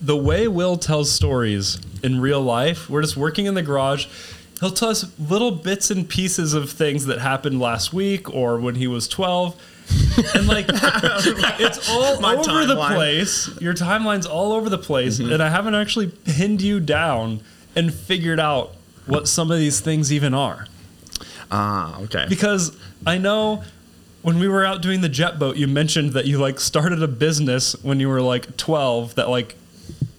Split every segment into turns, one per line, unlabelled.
the way Will tells stories in real life, we're just working in the garage. He'll tell us little bits and pieces of things that happened last week or when he was 12. and like it's all
My
over the
timeline. Mm-hmm.
place. Your timeline's all over the place, and I haven't actually pinned you down and figured out what some of these things even are.
Ah, okay.
Because I know when we were out doing the jet boat, you mentioned that you like started a business when you were like 12 that like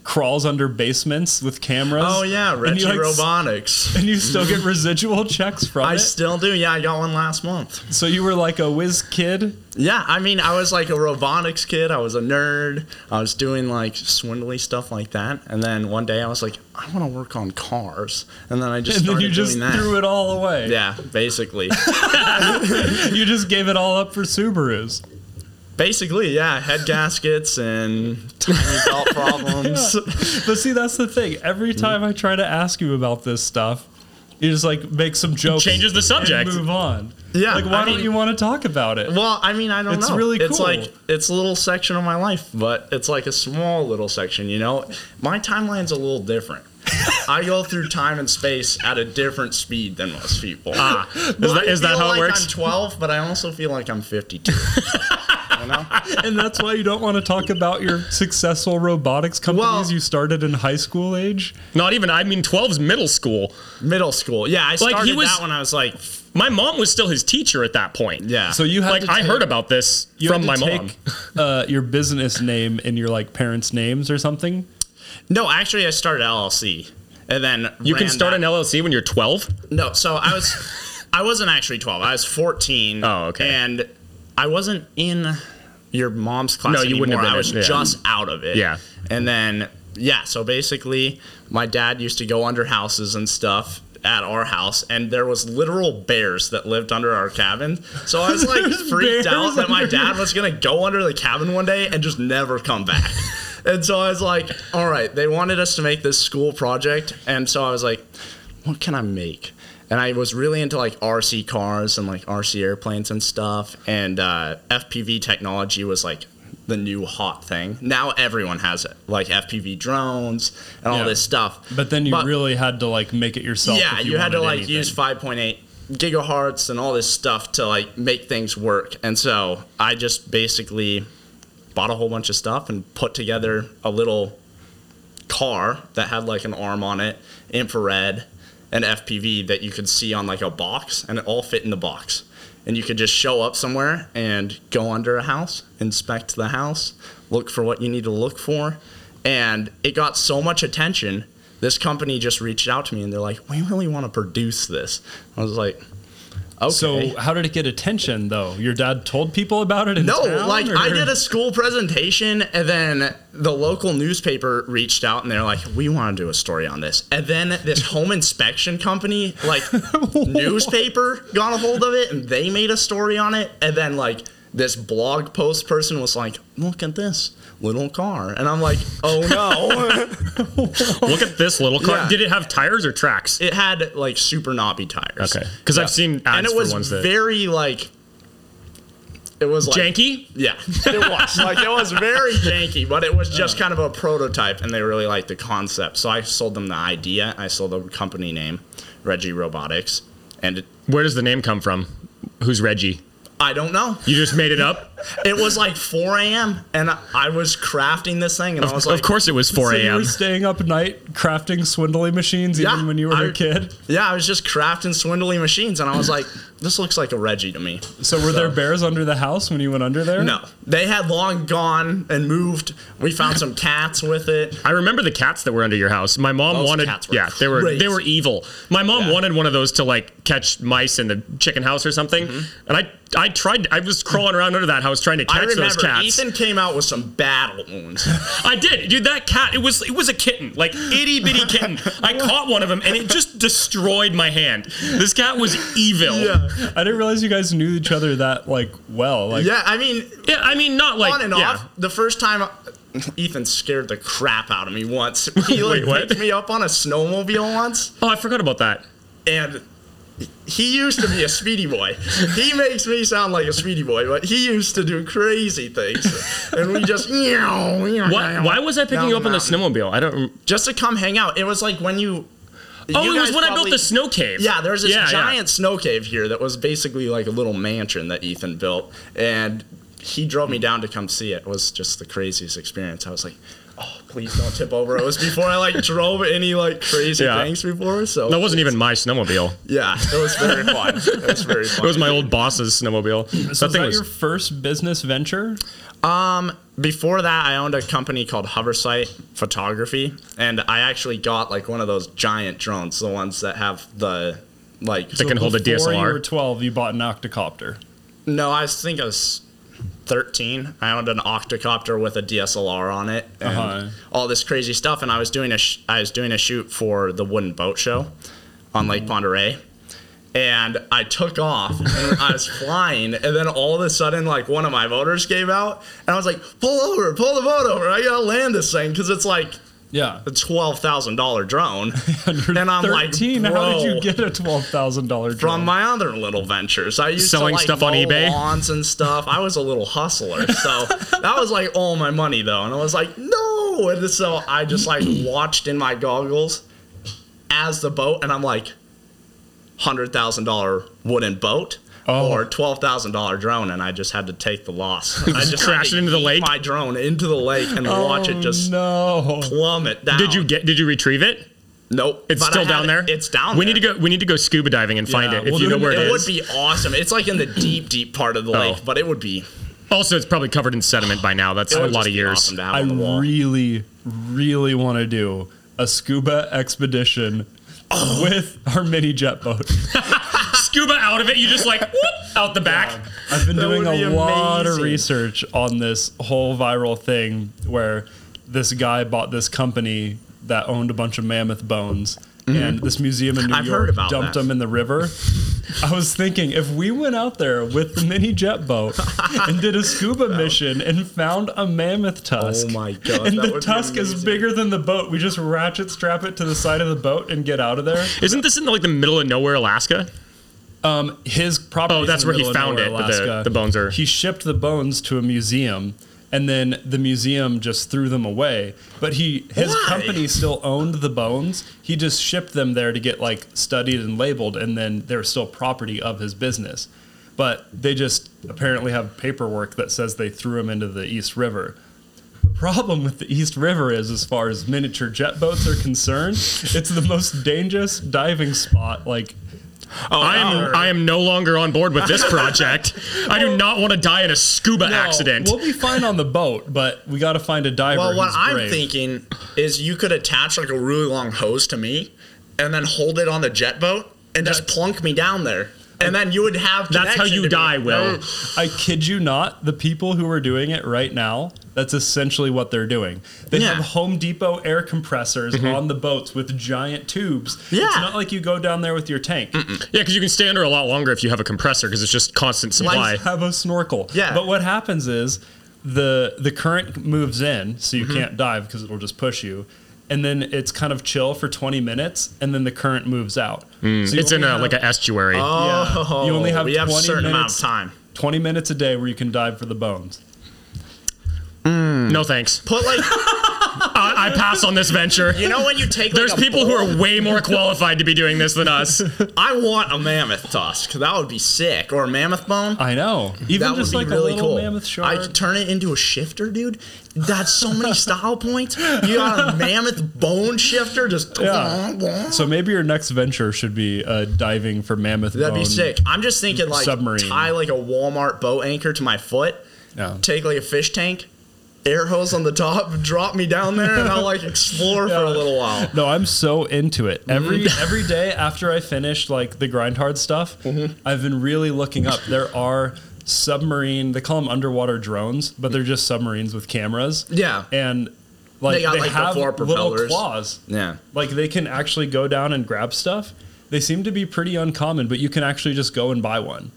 crawls under basements with cameras.
oh yeah,
And
Reggie
you, like, s-
Robotics.
And you still get residual checks from
I
it.
still do. Yeah, I got one last month.
so you were like a whiz kid.
Yeah, I mean, I was like a robotics kid. I was a nerd. I was doing like swindly stuff like that. And then one day I was like, I want to work on cars. And then I just
And then
started
you just
doing that.
threw it all away.
yeah, basically.
You just gave it all up for Subarus.
basically, yeah, head gaskets and tiny belt problems.
But see, that's the thing.
Mm-hmm.
Every time I try to ask you about this stuff, you just like make some jokes.
Changes the
and
subject.
move on.
Yeah,
Like, why
I
don't
mean-
you want to talk about it?
Well, I mean, I don't
It's
know.
really
It's
cool.
like it's a little section of my life, but it's like a small little section. You know, my timeline's a little different. I go through time and space at a different speed than most people.
Ah, is that, is
I
that
feel
how
like
it works?
I'm 12, but I also feel like I'm 52. you know?
and that's why you don't want to talk about your successful robotics companies
Well-
you started in high school age.
Not even. I mean, 12's middle school.
Middle school. Yeah, I started
Like, he was-
that when I was like,
My mom was still his teacher at that point.
yeah.
So you had
Like
to
I
take-
heard about this
you had
from
to
my
take,
mom.
uh, your business name and your like parents' names or something.
no, actually, I started LLC, and then
You can
ran
start
that-
an LLC when you're 12.
No, so I was, I wasn't actually twelve. I was fourteen.
Oh, okay.
And I wasn't in your mom's class.
No, you wouldn't have
anymore.
been
I
in-
was
yeah.
just out of it.
Yeah.
And then yeah, so basically, my dad used to go under houses and stuff at our house, and there was literal bears that lived under our cabin. So I was like
There's
freaked out
bears
that my
under
dad was gonna go under the cabin one day and just never come back. And so I was like, all right, they wanted us to make this school project. And so I was like, what can I make? And I was really into like RC cars and like RC airplanes and stuff. And uh, FPV technology was like the new hot thing. Now everyone has it, like FPV drones and all
Yeah.
this stuff.
But then you really had to like make it yourself.
yeah,
if
you, had to
wanted
like
anything.
use 5.8 gigahertz and all this stuff to like make things work. And so I just basically bought a whole bunch of stuff and put together a little car that had like an arm on it, infrared, and FPV that you could see on like a box, and it all fit in the box. And you could just show up somewhere and go under a house, inspect the house, look for what you need to look for. And it got so much attention. This company just reached out to me and they're like, we really want to produce this. I was like, okay.
So how did it get attention though? Your dad told people about it. In
No,
town,
like
or-
I did a school presentation, and then the local newspaper reached out and they're like, "We want to do a story on this." And then this home inspection company, like newspaper, got a hold of it and they made a story on it. And then like this blog post person was like, "Look at this little car," and I'm like, "Oh no!"
Look at this little car.
Yeah.
Did it have tires or tracks?
it had like super knobby tires.
Okay. 'Cause I've seen
and
ads
it
for
was
ones that-
very like. It was like
Janky?
Yeah, it was like it was very janky, but it was just kind of a prototype, and they really liked the concept. So I sold them the idea. I sold the company name, Reggie Robotics, and it,
Where does the name come from? Who's Reggie?
I don't know.
You just made it up?
It was like 4 a.m. and I- I was crafting this thing, and I was like,
of course it was 4
So you
a.m.
were staying up night crafting swindly machines
Yeah,
even when you were
I-
a kid.
Yeah, I was just crafting swindling machines, and I was like, this looks like a Reggie to me.
So were there bears under the house when you went under there?
No, they had long gone and moved. We found some cats with it.
I remember the cats that were under your house. My mom
Those
wanted
cats were
Yeah, they were
crazy.
they were evil. My mom
Yeah.
wanted one of those to like catch mice in the chicken house or something. And I I tried I was crawling around under that house trying to
Mm-hmm. I
catch
remember
those cats.
Ethan came out with some battle wounds.
I did, dude. That cat, it was it was a kitten, like itty bitty kitten. I caught one of them, and it just destroyed my hand. This cat was evil. Yeah,
I didn't realize you guys knew each other that like well. Like
yeah, I mean,
I mean, not like
on and
yeah.
off. The first time, uh, Ethan scared the crap out of me once. He like
Wait, what?
picked me up on a snowmobile once,
Oh, I forgot about that.
and he used to be a speedy boy. He makes me sound like a speedy boy, but he used to do crazy things, and we just
Why, why was I picking
Down
you up on the
mountain.
snowmobile? I don't. rem-
just to come hang out. It was like when you.
Oh,
you
it was
guys
when I built
probably-
the snow cave.
Yeah, there was this
Yeah, yeah.
giant snow cave here that was basically like a little mansion that Ethan built, and he drove me down to come see it. It was just the craziest experience. I was like, "Oh, please don't tip over." It was before I like drove any like crazy
Yeah.
things before, so
That wasn't even my snowmobile.
yeah, it was very fun. It was very fun.
It was my old boss's snowmobile.
So
that
is
thing
that
was.
your first business venture?
before that, I owned a company called Hoversight Photography, and I actually got like one of those giant drones, the ones that have the like.
They can hold a
Before you
DSLR.
were 12, you bought an octocopter.
No, I was- think I was 13. I owned an octocopter with a DSLR on it and
Uh-huh.
all this crazy stuff. And I was doing a sh- I was doing a shoot for the Wooden Boat Show on
Mm-hmm.
Lake Ponderay. And I took off and I was flying. And then all of a sudden, like one of my motors gave out. And I was like, pull over, pull the boat over. I gotta land this thing because it's like
Yeah.
a $12,000 drone. and I'm like,
13. How did
"Bro."
you get a $12,000 drone?
from my other little ventures. I used
Selling
to, like,
stuff on
mow
eBay?
lawns and stuff. I was a little hustler, so that was like all my money though, and I was like, no. And so I just like watched in my goggles as the boat, and I'm like, hundred thousand dollar wooden boat.
Oh.
Or twelve thousand dollar drone, and I just had to take the loss. I just had
crash
to
it into the
yeet
lake? Oh,
My drone into the lake and watch it just
Oh, no.
plummet down.
Did you get? Did you retrieve it?
Nope.
It's
But I
still
had
down
it-
there.
It's down.
We
there.
need to go. We need to go scuba diving and find
Yeah,
it if
we'll
you
do
know where
It
it
would
is.
be awesome. It's like in the deep, deep part of the lake, but it would be
Also, it's probably covered in sediment by now. That's
it
a
would
lot
just
of
be
years.
Awesome to have
I
on the wall.
really, really want to do a scuba expedition
Oh.
with our mini jet boat.
Scuba out of it. You just like whoop out the back.
I've been
That
doing
would
a
be
lot of
amazing.
research on this whole viral thing where this guy bought this company that owned a bunch of mammoth bones.
Mm-hmm.
And this museum in New
I've
York
heard about
dumped
that.
them in the river. I was thinking if we went out there with the mini jet boat and did a scuba mission and found a mammoth tusk.
Oh my God,
And
that
the
would be
tusk is
amazing.
bigger than the boat. We just ratchet strap it to the side of the boat and get out of there.
Isn't this in like the middle of nowhere, Alaska?
Um, his property.
Oh, that's where he found it, but the- the bones are-
He shipped the bones to a museum, and then the museum just threw them away. But he, his
Why?
company still owned the bones. He just shipped them there to get like studied and labeled, and then they're still property of his business. But they just apparently have paperwork that says they threw him into the East River. The problem with the East River is, as far as miniature jet boats are concerned, it's the most dangerous diving spot. Like
Oh,
I am. I am no longer on board with this project. I do not want to die in a scuba
No,
accident.
Oh, We'll be fine on the boat, but we got to find a diver.
Well, what
who's
I'm
brave.
thinking is you could attach like a really long hose to me, and then hold it on the jet boat and just plunk me down there, and then you would have.
That's how
connection
you
to me. Mm.
die, Will.
I kid you not, the people who are doing it right now, that's essentially what they're doing. They
Yeah.
have Home Depot air compressors
Mm-hmm.
on the boats with giant tubes.
Yeah.
It's not like you go down there with your tank.
Yeah, because you can stay under a lot longer if you have a compressor, because it's just constant supply.
Why-
have a snorkel.
Yeah.
But what happens is the the current moves in, so
Mm-hmm.
you can't dive because it'll just push you. And then it's kind of chill for 20 minutes, and then the current moves out. So you
Mm. It's in
only
a,
have-
like an estuary.
Oh,
Yeah. You only have
we have
20
certain amount
minutes.
of time.
20 minutes a day where you can dive for the bones.
no thanks.
Put like
I, I pass on this venture.
you know when you take.
There's
like, a
people who are way more qualified to be doing this than us.
I want a mammoth tusk. That would be sick, or a mammoth bone.
I know. Even
that would
just
be
like
really
a little
cool.
mammoth
I
shark.
could turn it into a shifter, dude. That's so many style points. You got a mammoth bone shifter, just
Yeah. so maybe your next venture should be uh, diving for mammoth
That'd
bone.
be sick. I'm just thinking like
Submarine.
tie like a Walmart boat anchor to my foot,
Yeah.
take like a fish tank, air hose on the top, drop me down there, and I'll like explore for a little while.
No, I'm so into it. Every
Mm-hmm.
every day after I finish like the grind hard stuff,
Mm-hmm.
I've been really looking up. There are submarine. They call them underwater drones, but they're just submarines with cameras.
Yeah.
and like
They
they,
got, like, the
have
four
little
propellers.
claws.
Yeah.
like they can actually go down and grab stuff. They seem to be pretty uncommon, but you can actually just go and buy one.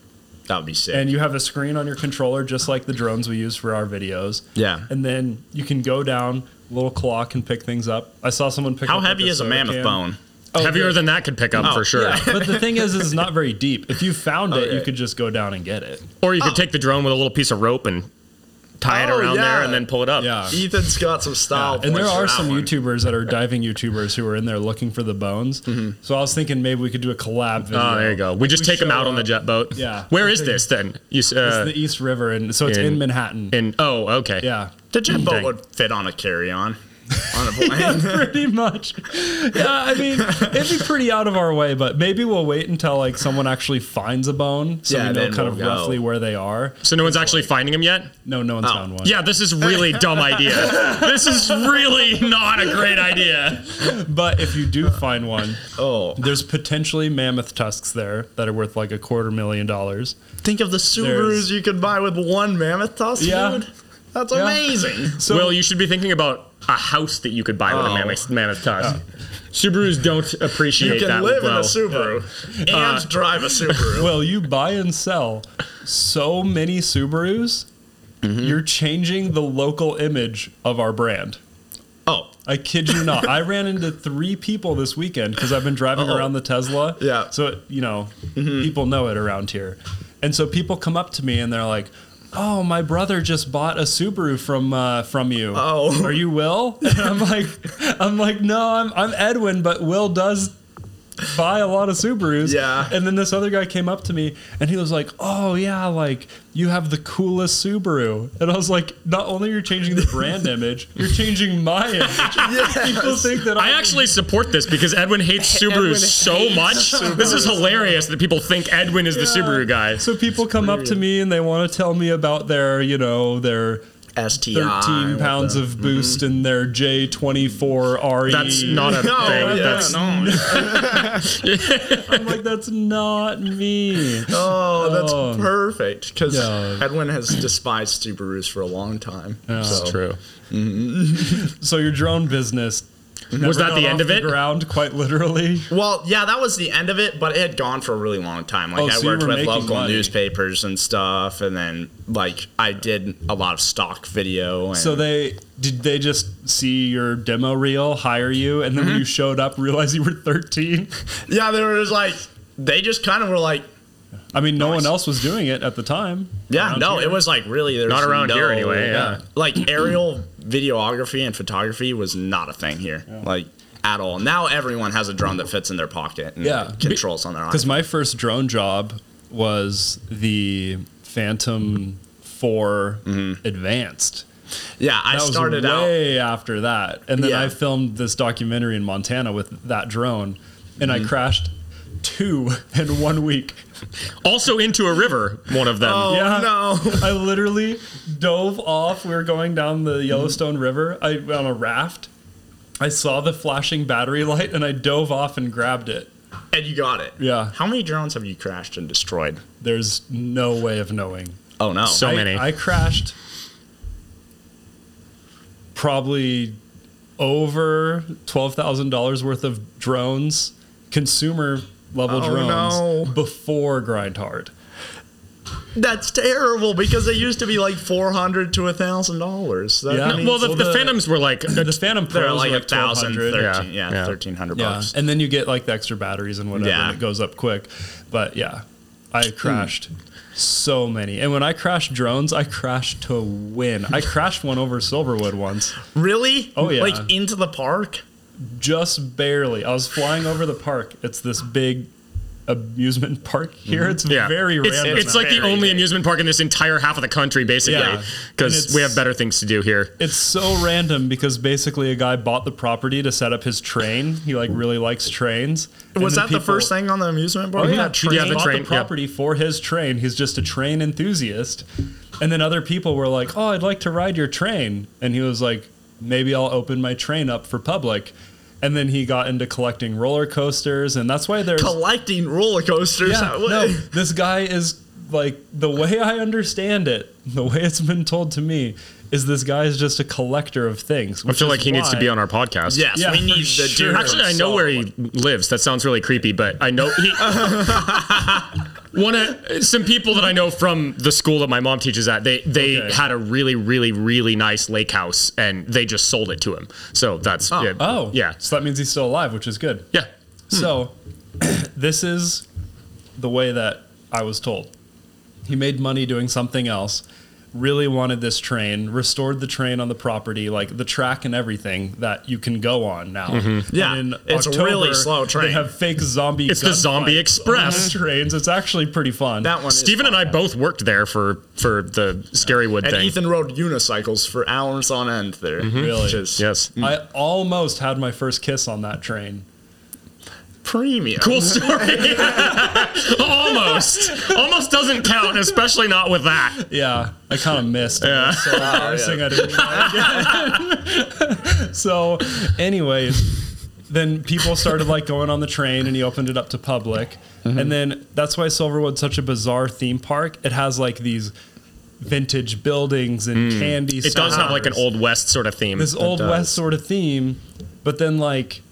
That would be sick.
And you have a screen on your controller, just like the drones we use for our videos.
Yeah.
And then you can go down, little claw can pick things up. I saw someone pick
How
up.
heavy
like,
is a
soda
mammoth
can.
bone?
Heavier
okay.
than that could pick up for sure.
Oh, Yeah, but the thing is, is it's not very deep. If you found it, you
Okay.
could just go down and get it.
Or you could
Oh.
take the drone with a little piece of rope and tie
Oh,
it around there
yeah.
and then pull it up.
Yeah.
Ethan's got some style.
Uh, And there
points for
are
that
some
one.
YouTubers that are diving YouTubers who are in there looking for the bones. So I was thinking maybe we could do a collab video.
Mm-hmm. Oh, there you go. We just take them
show
out on the
up.
jet boat.
Yeah.
Where
We
is
take-
this then? You s- uh,
It's the East River, and so it's in,
in-
Manhattan.
in oh okay.
yeah.
The jet boat
Dang.
would fit on a carry-on on a plane.
pretty much. Yeah, I mean, it'd be pretty out of our way, but maybe we'll wait until like someone actually finds a bone, so
Yeah,
we know
then
kind of
we'll go. Oh.
roughly where they are.
So no one's actually finding him yet.
No, no one's found one.
Yeah, this is really dumb idea. This is really not a great idea.
but if you do find one,
oh,
there's potentially mammoth tusks there that are worth like a quarter million dollars.
think of the Subarus
There's-
you could buy with one mammoth tusk,
Yeah.
dude. That's
Yeah.
amazing.
So
well, you should be thinking about a house that you could buy with a
Oh.
mammoth, mammoth tusk. Subarus don't appreciate
You can
that.
live in
well.
a Subaru and
Uh,
drive a Subaru.
Well, you buy and sell so many Subarus,
Mm-hmm.
you're changing the local image of our brand.
oh,
I kid you not. I ran into three people this weekend because I've been driving
Uh-oh.
around the Tesla.
Yeah. Mm-hmm.
So, it, you know, people know it around here. And so people come up to me and they're like, Oh, my brother just bought a Subaru from uh, from you.
Oh.
are you Will? And I'm like, I'm like, no, I'm I'm Edwin, but Will does buy a lot of Subarus.
Yeah.
And then this other guy came up to me and he was like, Oh yeah, like you have the coolest Subaru. And I was like, not only you're changing the brand image, you're changing my image. People think that
I actually support this because Edwin hates Subarus
Edwin
so
hates
much. This is hilarious that people think Edwin is the Subaru guy.
So people come up to me and they want to tell me about their, you know, their
STI.
13
what
pounds
the-
of boost and their J24RE.
That's not a
No,
thing.
Oh, yeah,
That's
no.
I'm like, that's not me.
Oh, that's
Oh.
perfect. Because
Yeah.
Edwin has despised Subarus for a long time. so.
true.
So your drone business.
Was
never
that the
got
end
off
of it?
Ground quite literally.
Well, yeah, that was the end of it, but it had gone for a really long time. Like
Oh,
I
so you
worked
were
with
making
local
money.
newspapers and stuff, and then like I did a lot of stock video. And
So they did they just see your demo reel, hire you, and then
Mm-hmm.
when you showed up, realize you were 13.
yeah, they were just like they just kind of were like,
I mean, no
Nice.
one else was doing it at the time.
yeah,
Around
no,
here.
it was like really there's
Not around
no-
here anyway, yeah.
like aerial videography and photography was not a thing here, like at all. Now everyone has a drone that fits in their pocket and
Yeah.
controls on their eye.
Because my first drone job was the Phantom 4 Advanced.
Yeah,
That
I
was
Mm-hmm. started out.
way after that, and then
Yeah.
I filmed this documentary in Montana with that drone, and
Mm-hmm.
I crashed two in one week.
Also into a river, one of them.
Oh
Yeah.
no.
I literally dove off. We were going down the Yellowstone River I, on a raft. I saw the flashing battery light and I dove off and grabbed it.
And you got it.
Yeah.
How many drones have you crashed and destroyed?
There's no way of knowing.
Oh no.
So
I,
many.
I crashed probably over $12,000 worth of drones, consumer level
Oh,
drones,
no.
before Grind Hard.
That's terrible because they used to be like four hundred to a thousand dollars.
Yeah.
Yeah.
I mean,
well, the,
so
the,
the-
Phantoms were like
The Phantom
they're
Pros
like
were
a
like
thousand,
1200
thirteen, yeah,
Yeah.
thirteen hundred
Yeah,
bucks.
and then you get like the extra batteries and whatever,
Yeah. Hmm.
and it goes up quick. But yeah, I crashed so many, and when I crashed drones, I crashed to win. I crashed one over Silverwood once,
Really?
Oh, yeah.
Like into the park?
just barely. I was flying over the park. It's this big amusement park
Mm-hmm.
here. It's
yeah.
very
it's,
random.
It's like the
Very
only
big.
amusement park in this entire half of the country, basically,
Yeah. And
because
it's-
we have better things to do here.
It's so random because basically a guy bought the property to set up his train. He like really likes trains. And
Was
then
that the first
people-
thing on the amusement park?
Oh yeah,
That train?
he
Yeah, the
bought
train,
the
yeah.
property for his train. He's just a train enthusiast. And then other people were like, "Oh, I'd like to ride your train," and he was like, "Maybe I'll open my train up for public." And then he got into collecting roller coasters, and that's why there's
Collecting roller coasters.
yeah,
How- what-
no, this guy is like the way I understand it, the way it's been told to me is this guy is just a collector of things.
I feel like he needs to be on our podcast.
Yes,
Yeah,
we
for
need the
sure.
dude.
Actually, I know where he lives. That sounds really creepy, but I know he. One of some people that I know from the school that my mom teaches at, they they
Okay.
had a really really really nice lake house, and they just sold it to him. So that's
Oh.
yeah,
Oh,
yeah,
So that means he's still alive, which is good.
yeah.
Hmm.
So, this is the way that I was told. He made money doing something else, really wanted this train, restored the train on the property, like the track and everything that you can go on now.
Yeah,
And in
it's a really slow
They
train.
have fake zombie.
It's the Zombie
gunfights
Express.
on the trains. It's actually pretty fun.
That one. is
Steven
fun.
and I both worked there for for the Scarywood
And
thing.
Ethan rode unicycles for hours on end there.
Really?
Which is
yes.
I almost had my first kiss on that train.
premium.
Cool story. Almost. Almost doesn't count, especially not with that.
Yeah, I kind of missed. Yeah. so
Oh,
embarrassing. I didn't try again. so, anyways, then people started like going on the train, and he opened it up to public.
Mm-hmm.
And then that's why Silverwood's such a bizarre theme park. It has like these vintage buildings and candy.
Mm. It does have like an
stores.
old west sort of theme.
this old
does.
west sort of theme, but then like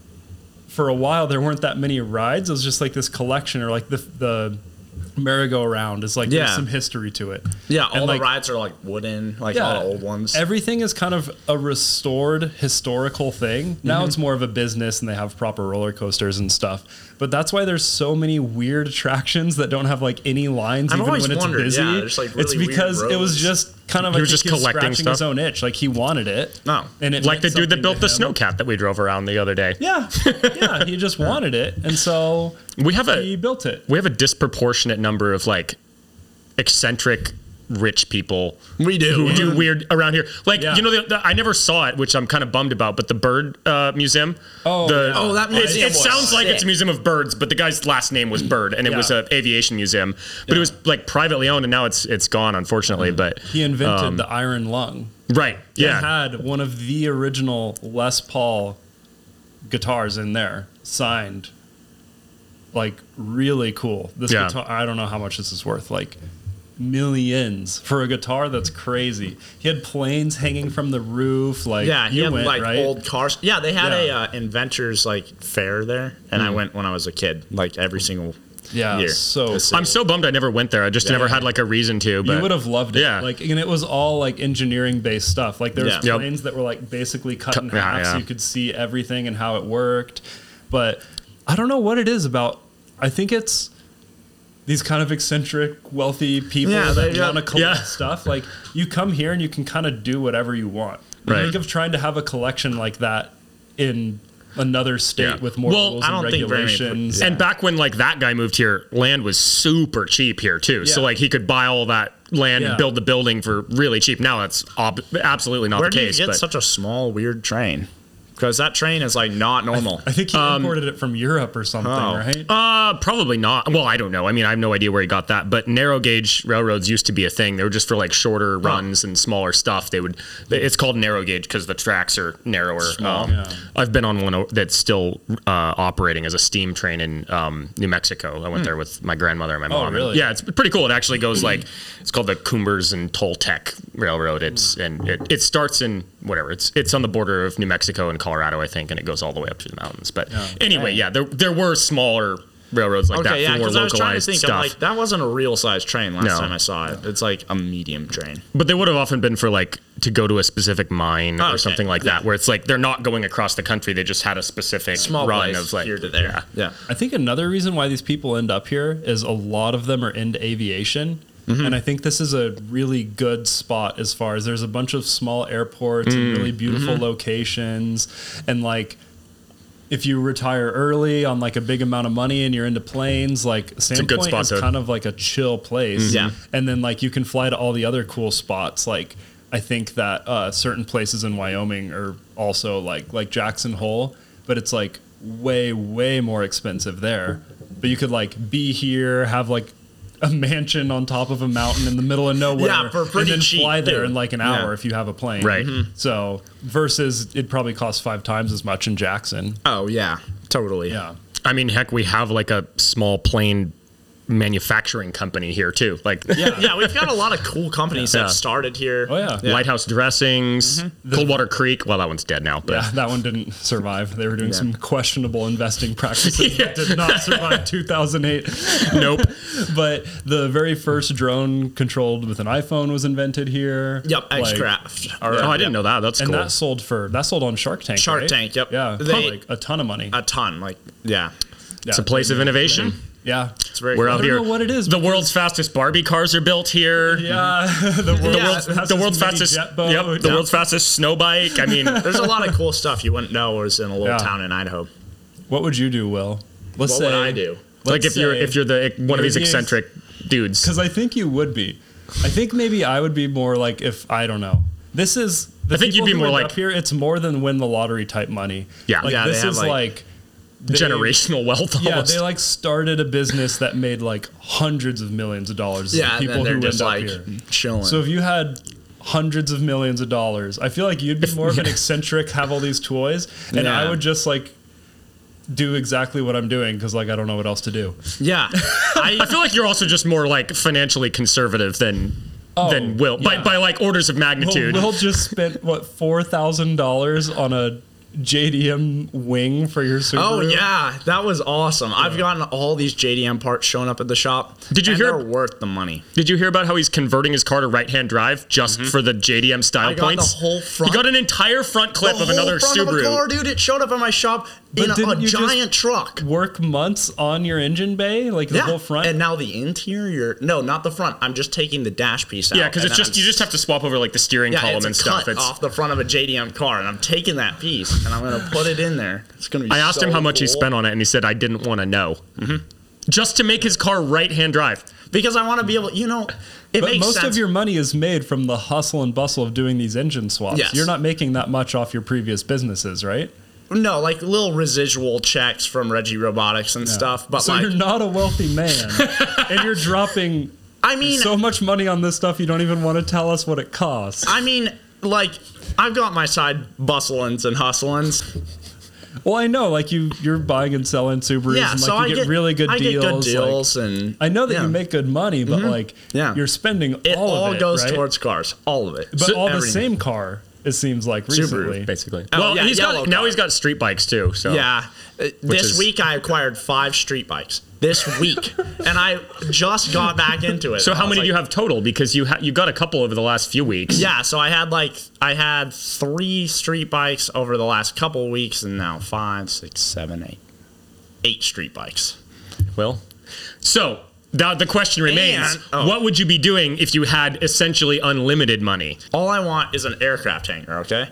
for a while there weren't that many rides. It was just like this collection or like the the merry-go-round is like there's
Yeah.
some history to it.
Yeah, all
And,
the
like-
rides are like wooden, like all the old ones.
Everything is kind of a restored historical thing. Now
Mm-hmm.
it's more of a business and they have proper roller coasters and stuff. But that's why there's so many weird attractions that don't have like any lines
I've
even
always
when it's
wondered,
busy.
yeah, there's, like,
it's
really weird
because it was
roads.
just kind of
He
like
was just collecting
scratching his
stuff?
own itch. Like he wanted it.
No.
And it
like the
meant
dude that
something
built
to
the
him.
snowcat that we drove around the other day.
Yeah, yeah, he just wanted it, and so
We have
he
a
built it.
we have a disproportionate number of like eccentric rich people
we do.
who do weird around here. Like
Yeah.
you know, the, the, I never saw it, which I'm kind of bummed about. But the bird uh, museum.
Oh,
the,
yeah.
Oh, that
it-
museum
It,
was
sounds like it's a
sick.
museum of birds, but the guy's last name was Bird, and it was
Yeah.
an aviation museum. But it was like privately owned, and now it's it's gone, unfortunately. But
He invented
Um,
the iron lung.
right,
Mm.
yeah,
They had one of the original Les Paul guitars in there, signed. Like really cool. This
Yeah.
guitar, I don't know how much this is worth. Like millions for a guitar. That's crazy. He had planes hanging from the roof. Like
Yeah, he
you
had
went,
like
right?
old cars. Yeah, they had
Yeah.
a uh, inventors like fair there, and I went when I was a kid, like every single
yeah,
year.
so
It's-
I'm so bummed I never went there. I just never had like a reason to. But
You would have loved it.
Yeah.
Like, and it was all like engineering based stuff. Like there was
Yeah.
Yep.
planes that were like basically cut
Cut-
in
yeah,
half so
yeah.
you could see everything and how it worked. But I don't know what it is about. I think it's these kind of eccentric, wealthy people
Yeah,
that
they
want to
got-
collect
yeah.
stuff. Like you come here and you can kind of do whatever you want.
Right.
Think of trying to have a collection like that in another state
Yeah.
with more
Well,
rules
I
and
don't think very many-
regulations.
And back when like that guy moved here, land was super cheap here too. So
Yeah.
like he could buy all that land
Yeah.
and build the building for really cheap. Now that's ob- absolutely not
Where
the
do you
case.
get
but
such a small, weird train? Because that train is like not normal.
I think he imported it from Europe or something,
Um, Oh.
right?
uh, probably not. Well, I don't know. I mean, I have no idea where he got that. But narrow gauge railroads used to be a thing. They were just for like shorter runs and smaller stuff. They would. It's called narrow gauge because the tracks are narrower. Um,
yeah.
I've been on one o- that's still uh, operating as a steam train in um, New Mexico. I went there with my grandmother and my mom.
Hmm. Oh, really?
Yeah, it's pretty cool. It actually goes like it's called the Coombers and Toltec Railroad.
Hmm.
It's and it, it starts in whatever. It's it's on the border of New Mexico and Colorado, I think, and it goes all the way up to the mountains. But anyway, yeah, there there were smaller railroads like
Um, okay,
that
yeah,
for more
because I was trying to
localized
think.
stuff.
I'm like, that wasn't a real size train last
No.
time I saw it. It's like a medium train.
But they would have often been for like to go to a specific mine
Oh,
or
okay.
something like that, where it's like they're not going across the country. They just had a specific
Small
run
place
of like
here to there. Yeah.
I think another reason why these people end up here is a lot of them are into aviation.
Mm-hmm.
And I think this is a really good spot as far as there's a bunch of small airports and
Mm-hmm.
really beautiful locations. And like, if you retire early on like a big amount of money and you're into planes, like
a good
Sandpoint
spot
is
to-
kind of like a chill place.
Mm-hmm. Yeah.
And then like you can fly to all the other cool spots. Like I think that uh, certain places in Wyoming are also like like Jackson Hole, but it's like way way more expensive there. But you could like be here, have like a mansion on top of a mountain in the middle of nowhere,
Yeah, for pretty
and then
cheap,
fly there
dude.
in like an
Yeah.
hour if you have a plane.
Right.
So versus it probably costs five times as much in Jackson.
Oh yeah, totally.
Yeah.
I mean, heck, we have like a small plane manufacturing company here too, like
Yeah, yeah, we've got a lot of cool companies
Yeah.
that started here.
Oh yeah.
Lighthouse Dressings,
Mm-hmm.
Coldwater Creek. Well, that one's dead now, but
Yeah, that one didn't survive. They were doing
Yeah.
some questionable investing practices that did not survive 2008.
nope.
But the very first drone controlled with an iPhone was invented here.
Yep,
Like,
Xcraft. All
Oh,
right.
I didn't know that. That's
And
cool.
that sold for that sold on Shark Tank.
Shark
right?
Tank, yep.
Yeah,
They- Uh,
like a ton of money.
a ton. Like, yeah. Mm-hmm.
it's a place of innovation.
Yeah. It's
very
We're
cool.
out
I don't
here.
know what it is,
The world's fastest Barbie cars are built here.
Yeah. the world's
Yeah.
fastest.
The world's
mini
fastest,
Jet boat.
yep, the
Yeah.
world's fastest snow bike. I mean,
There's a lot of cool stuff you wouldn't know was in a little
Yeah.
town in Idaho.
What would you do, Will? Let's
What
say,
would I do?
like if you're if you're the one
you're
of these
the ex-
eccentric dudes.
because I think you would be. I think maybe I would be more like if I don't know. This is the
I think you'd
people
be
who
more
end
like-
up here. It's more than win the lottery type money.
Yeah.
like
Yeah, they
this
have,
is
like,
like, they-
generational wealth.
Yeah,
almost.
they like started a business that made like hundreds of millions of dollars. is the
Yeah,
people
people they're
who
just
end
like
up here.
chilling.
So if you had hundreds of millions of dollars, I feel like you'd be more of an eccentric, have all these toys, and
Yeah.
I would just like do exactly what I'm doing because like I don't know what else to do.
yeah,
I feel like you're also just more like financially conservative than than Will by,
yeah.
by like orders of
Will,
magnitude.
Will just spent what four thousand dollars on a JDM wing for your Subaru.
Oh yeah, that was awesome. I've gotten all these JDM parts showing up at the shop.
Did you
and
hear-
They're worth the money.
Did you hear about how he's converting his car to right-hand drive just for the JDM style
I got
points?
the whole front-
he got an entire front clip of another Subaru.
car, dude. It showed up at my shop in a,
didn't you just-
giant truck.
Work months on your engine bay, like the whole front.
And now the interior. No, not the front. I'm just taking the dash piece out.
yeah, because
and
it's
then I'm-
just you just have to swap over like the steering
yeah,
column
it's a
and stuff.
Cut off the front of a JDM car, and I'm taking that piece and I'm gonna put it in there. It's gonna be.
I asked
so
him how much he
cool.
spent on it, and he said I didn't want to know. Mm-hmm. Just to make his car right-hand drive.
because I want to be able. You know, it
but
makes
most
sense.
of your money is made from the hustle and bustle of doing these engine swaps.
Yes.
You're not making that much off your previous businesses, right?
no, like little residual checks from Reggie Robotics and stuff. But
so
like,
you're not a wealthy man, and you're dropping
I mean,
so much money on this stuff. You don't even want to tell us what it costs.
I mean, like, I've got my side bustlins and hustlins.
Well, I know, like you, you're buying and selling Subarus,
Yeah,
and like
so
you
I
get,
get,
really good
I
deals.
Get good
like-
deals, and
I know that
yeah. Mm-hmm.
you make good money, but like
Yeah.
you're spending
it
all,
all,
of it,
goes
right?
towards cars, all of it.
but all the
Everything.
same car. It seems like recently.
basically.
Oh,
well,
yeah,
he's
yellow
got now
car.
he's got street bikes too. So
Yeah. Uh, This
is-
week I acquired five street bikes. This week, and I just got back into it.
So
And
how
I was
many do you
like-
have total? Because you ha- you got a couple over the last few weeks.
Yeah, so I had like I had three street bikes over the last couple weeks, and now five, six, seven, eight, eight street bikes.
Well, so the, the question remains:
And- oh.
What would you be doing if you had essentially unlimited money?
All I want is an aircraft hangar, okay?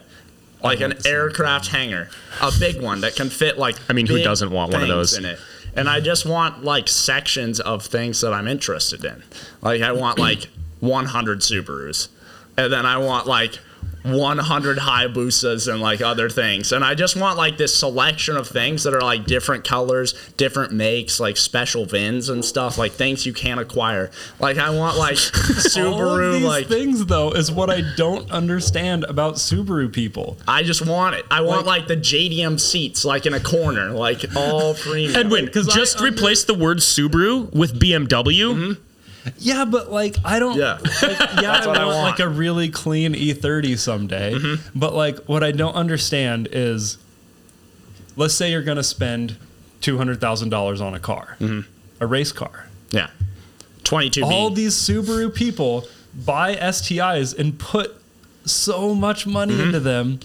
Like an aircraft hangar, a big one that can fit like.
I mean, who
big
doesn't want one of
things
those?
In it, and I just want like sections of things that I'm interested in. Like I want like 100 Subarus, and then I want like 100 Hayabusas and like other things. And I just want like this selection of things that are like different colors, different makes, like special VINs and stuff, like things you can't acquire. Like I want
All
like
of
Subaru,
these
like
things, though, is what I don't understand about Subaru people.
I just want it. I want like, the JDM seats, like in a corner, like all premium.
Edwin,
I
just
under-
replace the word Subaru with BMW.
Mm-hmm.
Yeah, but like I don't.
Yeah.
like, yeah I,
what
want,
I want. Mm-hmm.
like a really clean E30 someday. But like what I don't understand is, let's say you're gonna spend two hundred thousand dollars on a car,
Mm-hmm.
a race car.
Yeah, twenty-two.
all these Subaru people buy STIs and put so much money into them.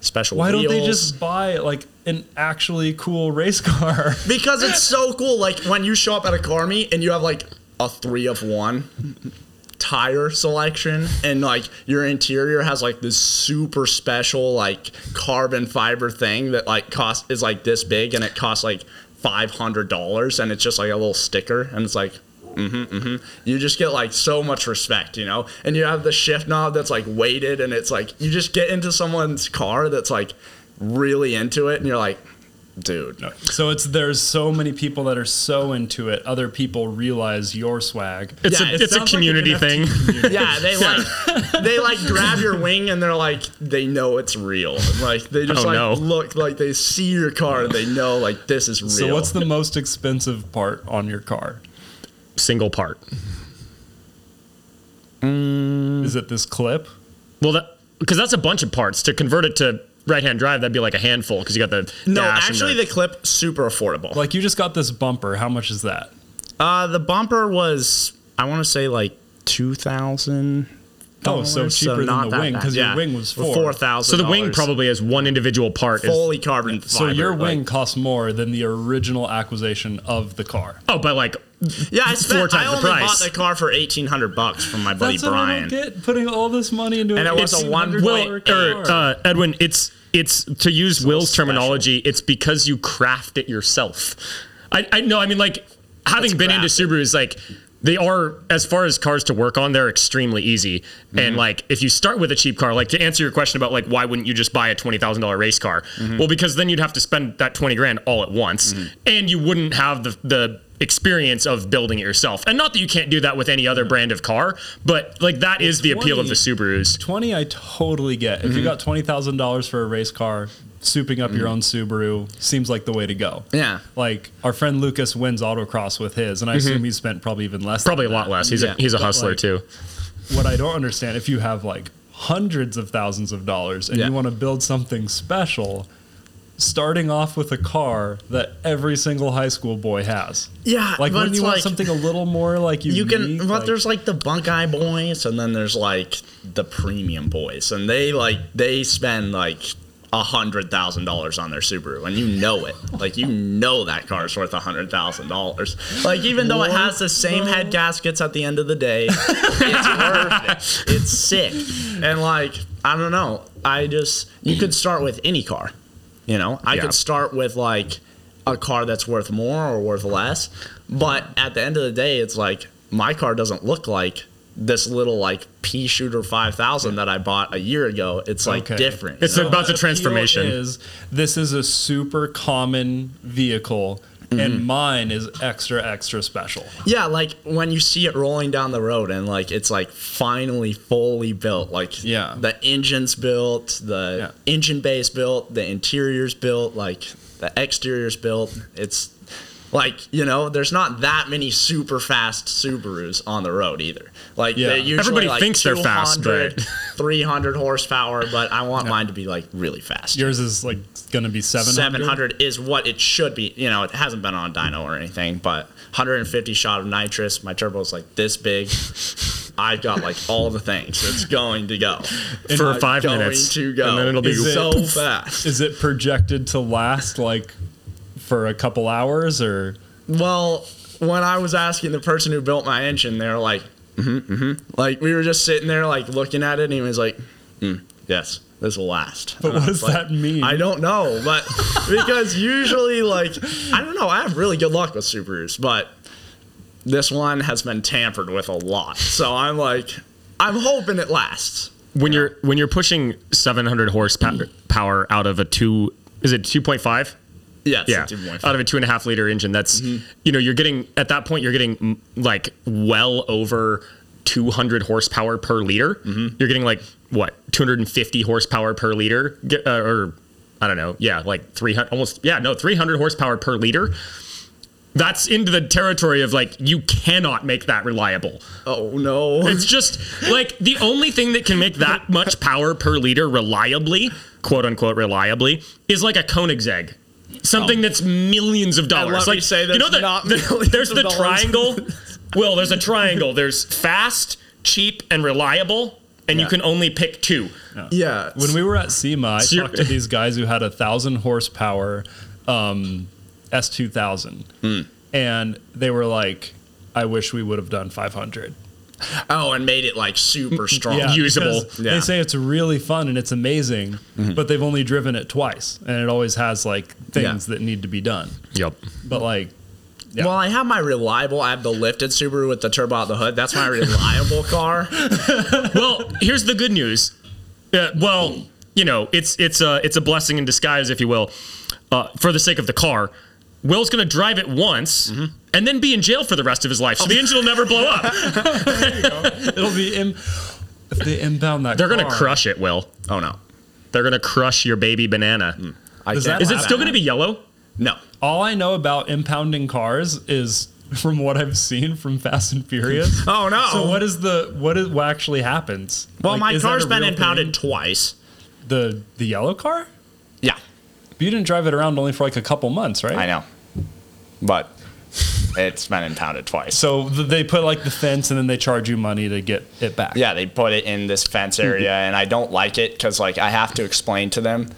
special.
Why don't they
Mm-hmm. wheels.
just buy like an actually cool race car?
Because it's so cool. Like when you show up at a car meet and you have like a three of one tire selection, and like your interior has like this super special like carbon fiber thing that like cost is like this big, and it costs like five hundred dollars, and it's just like a little sticker, and it's like. hmm hmm You just get like so much respect, you know? And you have the shift knob that's like weighted, and it's like you just get into someone's car that's like really into it, and you're like, dude,
so it's there's so many people that are so into it. Other people realize your swag.
It's
Yeah,
a
it
it's a
sounds like
community
an
thing.
Yeah, they like they like grab your wing and they're like they know it's real. Like they just
Oh,
like
no.
look like they see your car and they know like this is real.
So what's the most expensive part on your car?
Single part.
Mm.
Is it this clip?
Well, that because that's a bunch of parts to convert it to right-hand drive. That'd be like a handful because you got the
no?
dash and
Actually, the clip super affordable.
Like you just got this bumper. How much is that?
Uh, the bumper was I want to say like two thousand
Oh, so
dollars,
cheaper than
not
the
that
wing
bad.
because
Yeah.
your wing was four.
four thousand.
So the wing probably has one individual part. Is,
fully carbon.
So
fiber,
your
like-
wing costs more than the original acquisition of the car.
oh, but like
yeah, I spent.
four times
I
the
only
price.
bought the car for eighteen hundred bucks from my buddy
That's
Brian.
what I don't get putting all this money into
And
an
it was a
$1,800
one-
Well,
car.
er, uh, Edwin, it's it's to use Will's
special.
terminology. It's because you craft it yourself. I I know. I mean, like having
It's
been into
crafted.
Subarus, like they are as far as cars to work on, they're extremely easy.
Mm-hmm.
And like if you start with a cheap car, like to answer your question about like why wouldn't you just buy a twenty thousand dollar race car?
Mm-hmm.
Well, because then you'd have to spend that twenty grand all at once, and you wouldn't have the the experience of building it yourself. And not that you can't do that with any
Mm-hmm.
other brand of car, but like that is the appeal of
20
the Subarus.
20 I totally get. If
Mm-hmm.
you got $20,000 for a race car, souping up your own Subaru seems like the way to go.
Yeah. Mm-hmm.
Like our friend Lucas wins autocross with his and I assume he spent probably even less. than
Probably a lot less. He's
Yeah.
a he's a
But,
hustler
like,
too.
what I don't understand if you have like hundreds of thousands of dollars and
Yeah.
you want to build something special, starting off with a car that every single high school boy has.
Yeah,
like
but
when
it's
you want
like-
something a little more like
You
unique,
can, but
like,
there's like the bunk eye boys, and then there's like the premium boys, and they like they spend like a hundred thousand dollars on their Subaru, and you know it. Like you know that car's worth a hundred thousand dollars. Like even though it has the same head gaskets at the end of the day, it's worth it. It's sick, and like I don't know. I just you could start with any car. You know, I
Yeah.
could start with like a car that's worth more or worth less, but at the end of the day, it's like my car doesn't look like this little like pea shooter 5000 that I bought a year ago. It's like
Okay.
different. you
It's
know?
about the
appeal
transformation.
Is this is a super common vehicle, and mine is extra extra special.
yeah, like when you see it rolling down the road and like it's like finally fully built. Like
Yeah.
the engine's built, the engine bay's built, the interior's built, like the exterior's built. It's like you know, there's not that many super fast Subarus on the road either. Like
Yeah.
they usually
Everybody
like
thinks they're fast, but-
200, 300 horsepower. But I want mine to be like really fast.
Yours is like going to be seven
Seven hundred is what it should be. You know, it hasn't been on dyno or anything, but 150 shot of nitrous. My turbo's like this big. I've got like all the things. It's going to go
for
It's
five
going
minutes,
To go.
and then it'll be
Is it-
so fast.
Is it projected to last like for a couple hours or?
Well, when I was asking the person who built my engine, they were like, mm-hmm, mm-hmm. like we were just sitting there like looking at it, and he was like, mm, yes, this will last.
But what does that mean?
Mm-hmm.
I don't know, but because usually, like, I don't know. I have really good luck with Subarus, but this one has been tampered with a lot. So I'm like, I'm hoping it lasts.
when you're when you're pushing 700 horsepower power out of a two is it 2.5?
Yeah, it's
Yeah, Uh,
a 2.5.
out of a two and a half liter engine. That's you know you're getting at that point you're getting mm, like well over 200 horsepower per liter. You're getting like what 250 horsepower per liter Get- uh, or I don't know. Yeah, like 300 almost yeah, no, 300 horsepower per liter. That's into the territory of like you cannot make that reliable.
Oh no!
It's just like the only thing that can make that much power per liter reliably, quote unquote reliably, is like a Koenigsegg. Something that's millions of dollars.
Oh. love
like
you say
know
there's
the-
not
the-
millions
there's
of
the
dollars.
triangle. well, there's a triangle. There's fast, cheap, and reliable, and you
Yeah.
can only pick two.
yeah,
when we were at SEMA, I
So you're-
talked to these guys who had a thousand horsepower um, S2000, and they were like, "I wish we would have done 500."
oh, and made it like super strong.
Yeah, Mm-hmm.
usable.
because
Yeah.
They say it's really fun and it's amazing, but they've only driven it twice, and it always has like things that need to be done.
Yep.
But like, Yeah.
Well, I have my reliable. I have the lifted Subaru with the turbo out the hood. That's my reliable car.
well, here's the good news. Uh, well, you know, it's it's a it's a blessing in disguise, if you will, uh, for the sake of the car. Will's going to drive it once and then be in jail for the rest of his life, so the engine will never blow up.
it'll be Im- if they impound that.
They're going to
car-
crush it, Will.
Oh no!
They're going to crush your baby banana.
I
Does
can't
that
Is it
have
still
that.
going to be yellow?
No.
All I know about impounding cars is from what I've seen from Fast and Furious.
Oh no!
So what is the what is what actually happens?
well,
Like,
my
is that
car's
a
been
real
impounded twice.
thing? The the yellow car?
Yeah.
But you didn't drive it around only for like a couple months, right?
I know. But it's been impounded twice.
So th- they put like the fence, and then they charge you money to get it back.
yeah, they put it in this fence area, and I don't like it because like I have to explain to them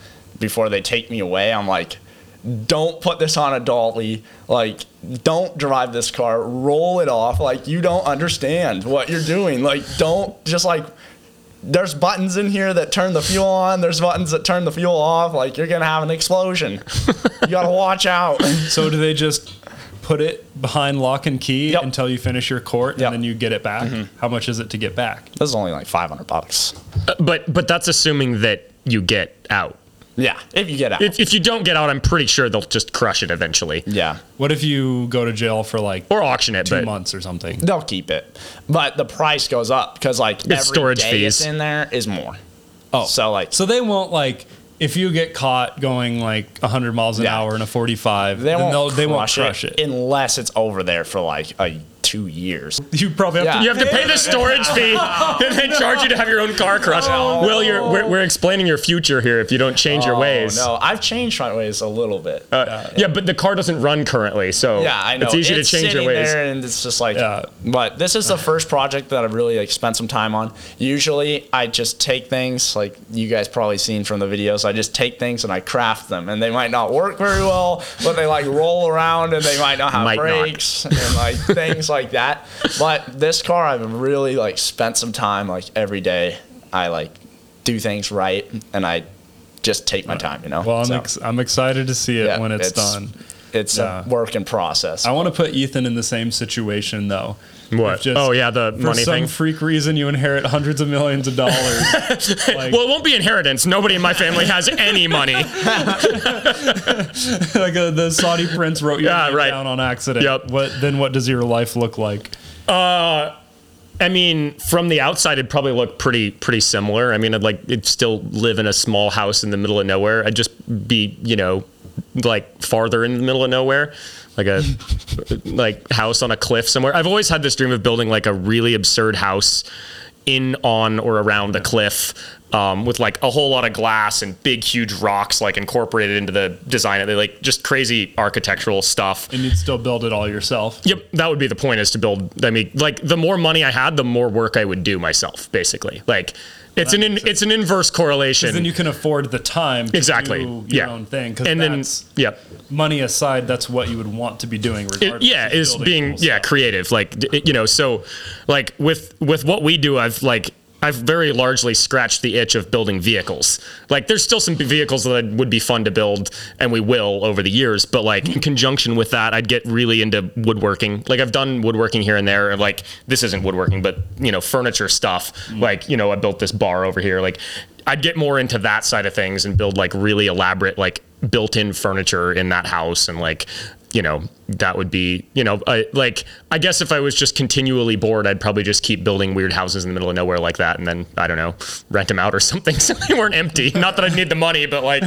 before they take me away. I'm like, don't put this on a dolly. Like, don't drive this car. Roll it off. Like, you don't understand what you're doing. Like, don't just like. There's buttons in here that turn the fuel on. There's buttons that turn the fuel off. Like you're gonna have an explosion. You gotta watch out.
So do they just put it behind lock and key
Yep.
until you finish your court,
Yep. Mm-hmm.
and then you get it back? How much is it to get back?
This is only like 500 bucks.
Uh, But but that's assuming that you get out.
Yeah, if you get out.
If, if you don't get out, I'm pretty sure they'll just crush it eventually
yeah.
What if you go to jail for like
or auction it.
two
but
months or something?
they'll keep it, but the price goes up because like every
storage
day
fees.
it's in there is more.
Oh,
So like
so they won't like if you get caught going like 100 miles an
Yeah.
hour in a 45,
they
then
won't
they'll-
crush,
they won't crush
it,
it.
unless it's over there for like a two years.
You probably have
Yeah.
to.
you have to pay the storage fee and they charge you to have your own car crushed. Will, you're, we're, we're explaining your future here if you don't change your ways.
Oh. Oh, no, I've changed my ways a little bit.
Uh, yeah, but the car doesn't run currently, so
yeah, I know.
it's easy to change your
sitting
ways.
there, and it's just like.
Yeah.
But this is the first project that I've really like spent some time on. Usually, I just take things like you guys probably seen from the videos. I just take things and I craft them, and they might not work very well, but they like roll around and they might not have
Might not.
brakes and like things like that. But this car, I've really like spent some time like every day. I like do things right, and I just take
Uh,
my time. You know.
Well, I'm,
So,
ex- I'm excited to see it
yeah,
when it's, done.
It's
Yeah.
a work in process.
I want to put Ethan in the same situation though.
What?
If just-
oh yeah, the
For
money
some
thing.
freak reason, you inherit hundreds of millions of dollars. like,
well, it won't be inheritance. Nobody in my family has any money.
like uh the Saudi prince wrote your
Yeah,
name
right.
down on accident.
Yep.
What then? What does your life look like?
I mean, from the outside, it'd probably look pretty pretty similar. I mean, I'd like it'd still live in a small house in the middle of nowhere. I'd just be, you know, like farther in the middle of nowhere, like a like house on a cliff somewhere. I've always had this dream of building like a really absurd house in on or around a cliff. Um, with like a whole lot of glass and big, huge rocks, like incorporated into the design of it, like just crazy architectural stuff.
And you'd still build it all yourself.
Yep, that would be the point is to build. I mean, like the more money I had, the more work I would do myself. Basically, like it's an in, it's an inverse correlation.
Then you can afford the time to
exactly,
do your
yeah.
own thing. Because
and then
that's,
yeah,
money aside, that's what you would want to be doing.
it,
Regardless
yeah,
of
is
building
being
cool
yeah
stuff.
creative. Like d- it- you know, so like with with what we do, I've like. I've very largely scratched the itch of building vehicles. Like, there's still some vehicles that would be fun to build, and we will over the years. But like, in conjunction with that, I'd get really into woodworking. Like, I've done woodworking here and there. and, Like, this isn't woodworking, but you know, furniture stuff.
Mm.
Like, you know, I built this bar over here. Like, I'd get more into that side of things and build like really elaborate, like built-in furniture in that house, and like you know that would be you know I, like i guess if i was just continually bored i'd probably just keep building weird houses in the middle of nowhere like that and then i don't know rent them out or something so they weren't empty not that i'd need the money but like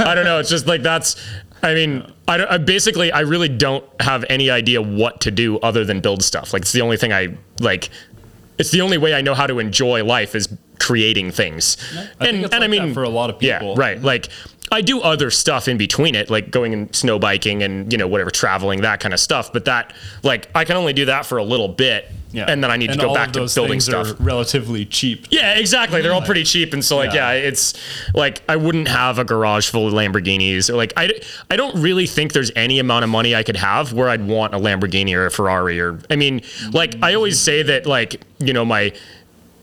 i don't know it's just like that's i mean I, don't, I basically i really don't have any idea what to do other than build stuff like it's the only thing i like it's the only way i know how to enjoy life is creating things
I think it's like that for a lot of people.
yeah right like I do other stuff in between it, like going and snow biking and you know whatever traveling that kind of stuff. But that like I can only do that for a little bit,
Yeah.
and then I need
And
to go
all of
back to
those
building
things
stuff.
Are relatively cheap.
Yeah, exactly. They're all pretty cheap, and so like,
Yeah.
yeah. it's like I wouldn't have a garage full of Lamborghinis, or like I, d- I don't really think there's any amount of money I could have where I'd want a Lamborghini or a Ferrari or I mean, like I always say that like you know my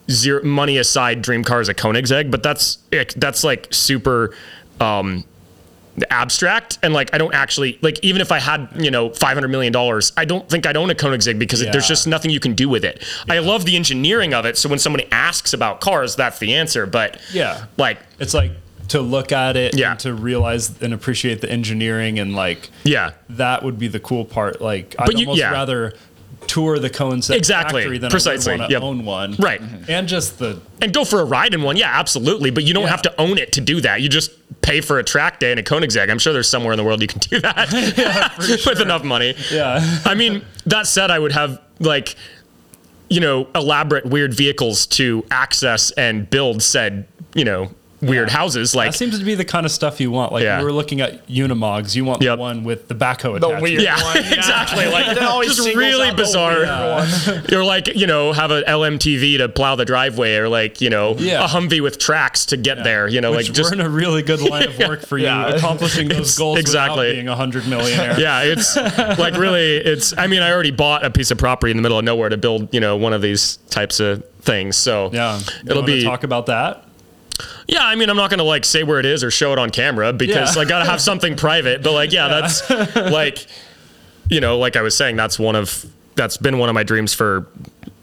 zero money aside dream car is a Koenigsegg, but that's eh, that's like super. um abstract and like I don't actually like even if I had you know 500 million dollars I don't think I'd own a Koenigsegg because
Yeah.
there's just nothing you can do with it I love the engineering of it so when somebody asks about cars that's the answer but
Yeah.
like
It's like to look at it
Yeah.
and to realize and appreciate the engineering and like
yeah
that would be the cool part. Like I'd
But you-
almost
yeah.
rather tour the Cohen's
Exactly.
factory than
Precisely.
I would wanna
Yep.
own one. Mm-hmm.
Right.
And just the
and go for a ride in one yeah absolutely but you don't
Yeah.
have to own it to do that you just pay for a track day in a Koenigsegg I'm sure there's somewhere in the world you can do that with enough money
yeah.
I mean, that said, I would have like, you know, elaborate weird vehicles to access and build said, you know, weird houses. Like
That seems to be the kind of stuff you want. Like
Yeah.
we were looking at Unimogs, you want
Yep.
the one with the backhoe
The
attachment.
weird
Yeah,
one.
exactly, like,
That always
just
singles
really
out the
bizarre.
weird one.
You're like, you know, have a LMTV to plow the driveway or like, you know,
Yeah.
a Humvee with tracks to get there, you know,
Which
like just
we're in a really good line of work for you
Yeah.
accomplishing those
It's-
goals
exactly.
without being a hundred millionaire.
yeah, it's like really it's I mean, I already bought a piece of property in the middle of nowhere to build, you know, one of these types of things. So
Yeah. You
it'll
wanna
be
talk about that.
Yeah, I mean, I'm not going to like say where it is or show it on camera because
Yeah.
I got to have something private. But like, yeah, that's like, you know, like I was saying, that's one of that's been one of my dreams for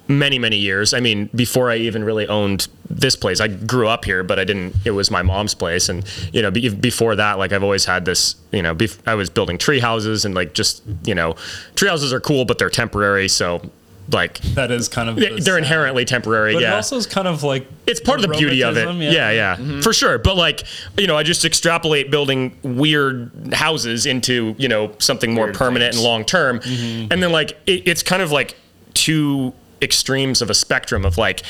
many, many years. I mean, before I even really owned this place, I grew up here, but I didn't. It was my mom's place, and you know, be, before that, like I've always had this. You know, bef- I was building tree houses, and like just you know, tree houses are cool, but they're temporary, so. Like
That is kind of
they-
the
they're
sad-
inherently temporary.
But
yeah,
it also is kind of like
it's part of the beauty of it.
romanticism, Mm-hmm.
Yeah, yeah, for sure. But like, you know, I just extrapolate building weird houses into you know something more permanent and long term,
Mm-hmm.
and then like it, it's kind of like two extremes of a spectrum of like.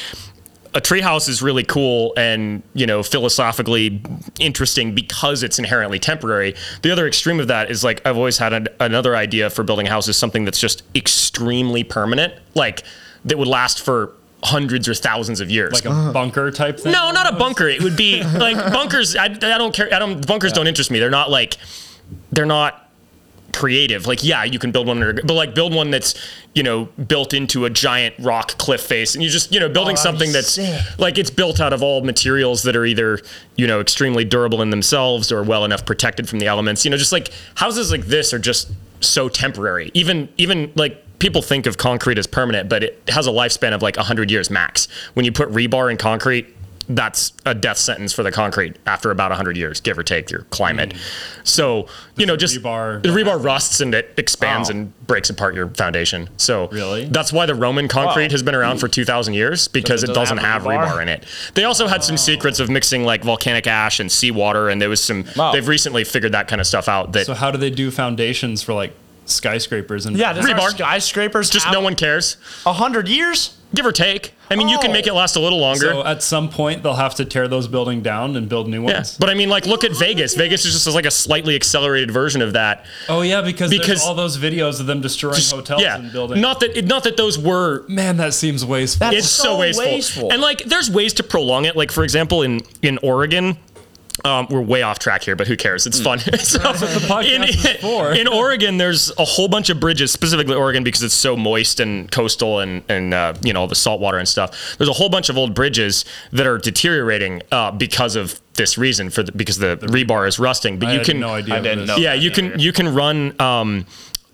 A treehouse is really cool and you know philosophically interesting because it's inherently temporary. The other extreme of that is like I've always had an, another idea for building houses, something that's just extremely permanent, like that would last for hundreds or thousands of years.
Like
Uh-huh.
a bunker type thing.
No, not a bunker. It would be like bunkers. I, I don't care. I don't. Bunkers don't interest me. They're not like, they're not creative. Like, yeah, you can build one, under, but like build one that's you know built into a giant rock cliff face, and you just you know building something that's like it's built out of all materials that are either you know extremely durable in themselves or well enough protected from the elements. You know, just like houses like this are just so temporary. Even even like people think of concrete as permanent, but it has a lifespan of like 100 years max. When you put rebar in concrete, that's a death sentence for the concrete after about 100 years, give or take your climate. So, you know, Mm. just
rebar-
the rebar rusts and it expands
Wow.
and breaks apart your foundation. So,
Really?
that's why the Roman concrete
Wow.
has been around for 2,000 years because it doesn't have rebar. in it. They also had some secrets of mixing like volcanic ash and seawater, and there was some,
Wow.
they've recently figured that kind of stuff out that
So how do they do foundations for like skyscrapers and
Yeah, does our
Rebar.
skyscrapers
just no one cares,
A hundred years?
give or take. I mean, you can
Oh.
make it last a little longer.
So at some point they'll have to tear those building down and build new
Yeah,
ones.
but I mean, like, look at Vegas. Vegas is just like a slightly accelerated version of that.
oh yeah, because, there's
Because-
all those videos of them destroying hotels
yeah,
and buildings.
not that it, not that those were.
Man, that seems wasteful.
That's-
It's so,
So
wasteful.
wasteful.
and like, there's ways to prolong it. Like, for example, in in Oregon. Um, we're way off track here, but who cares?
Mm.
It's fun. So,
podcast is for.
in Oregon, there's a whole bunch of bridges, specifically Oregon, because it's so moist and coastal and and uh, you know all the salt water and stuff. There's a whole bunch of old bridges that are deteriorating uh, because of this reason for the, because the, rebar is rusting. But
I
you
had
can
no idea.
I
of
didn't
this.
know.
yeah, you can you can run. Um,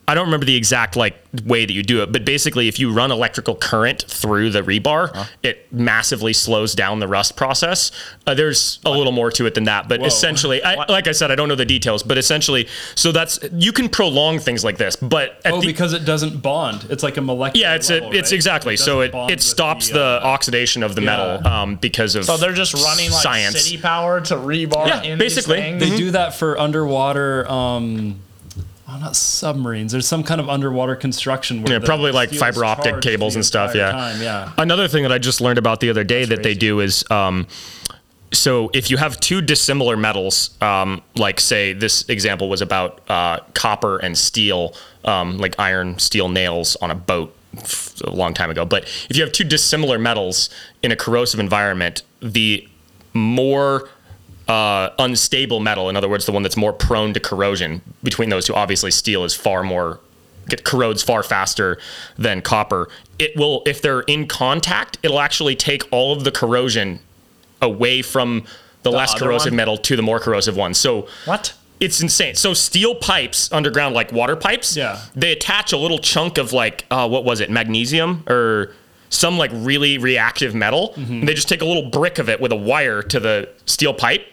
I don't remember the exact like way that you do it, but basically, if you run electrical current through the rebar, it massively slows down the rust process. Uh, there's a little more to it than that, but essentially, I, like I said, I don't know the details, but essentially, so that's you can prolong things like this, but at
Oh,
the,
because it doesn't bond. It's like a molecular.
yeah, it's a,
level,
it's
right?
exactly so
doesn't
it
bond
it
with
stops the,
uh,
oxidation of the metal um, because of
So they're just running like
science.
city power to rebar
Yeah,
in
basically. Mm-hmm.
These
they
things?
do that for underwater. Um, oh, not submarines. There's some kind of underwater construction. Where
Yeah,
the
probably like
steel is
fiber optic
charged
cables
the
and stuff.
entire
Yeah.
time, yeah.
Another thing that I just learned about the other day that they do is um, so if you have two dissimilar metals, um, like say this example was about uh, copper and steel, um, like iron, steel nails on a boat f- a long time ago. But if you have two dissimilar metals in a corrosive environment, the more uh, unstable metal, in other words, the one that's more prone to corrosion between those two, obviously steel is far more it corrodes far faster than copper. It will, if they're in contact, it'll actually take all of the corrosion away from the, less
other
corrosive
one?
metal to the more corrosive one. So
What?
it's insane. So steel pipes underground, like water pipes,
Yeah.
they attach a little chunk of like uh, what was it, magnesium or some like really reactive metal.
Mm-hmm.
And they just take a little brick of it with a wire to the steel pipe.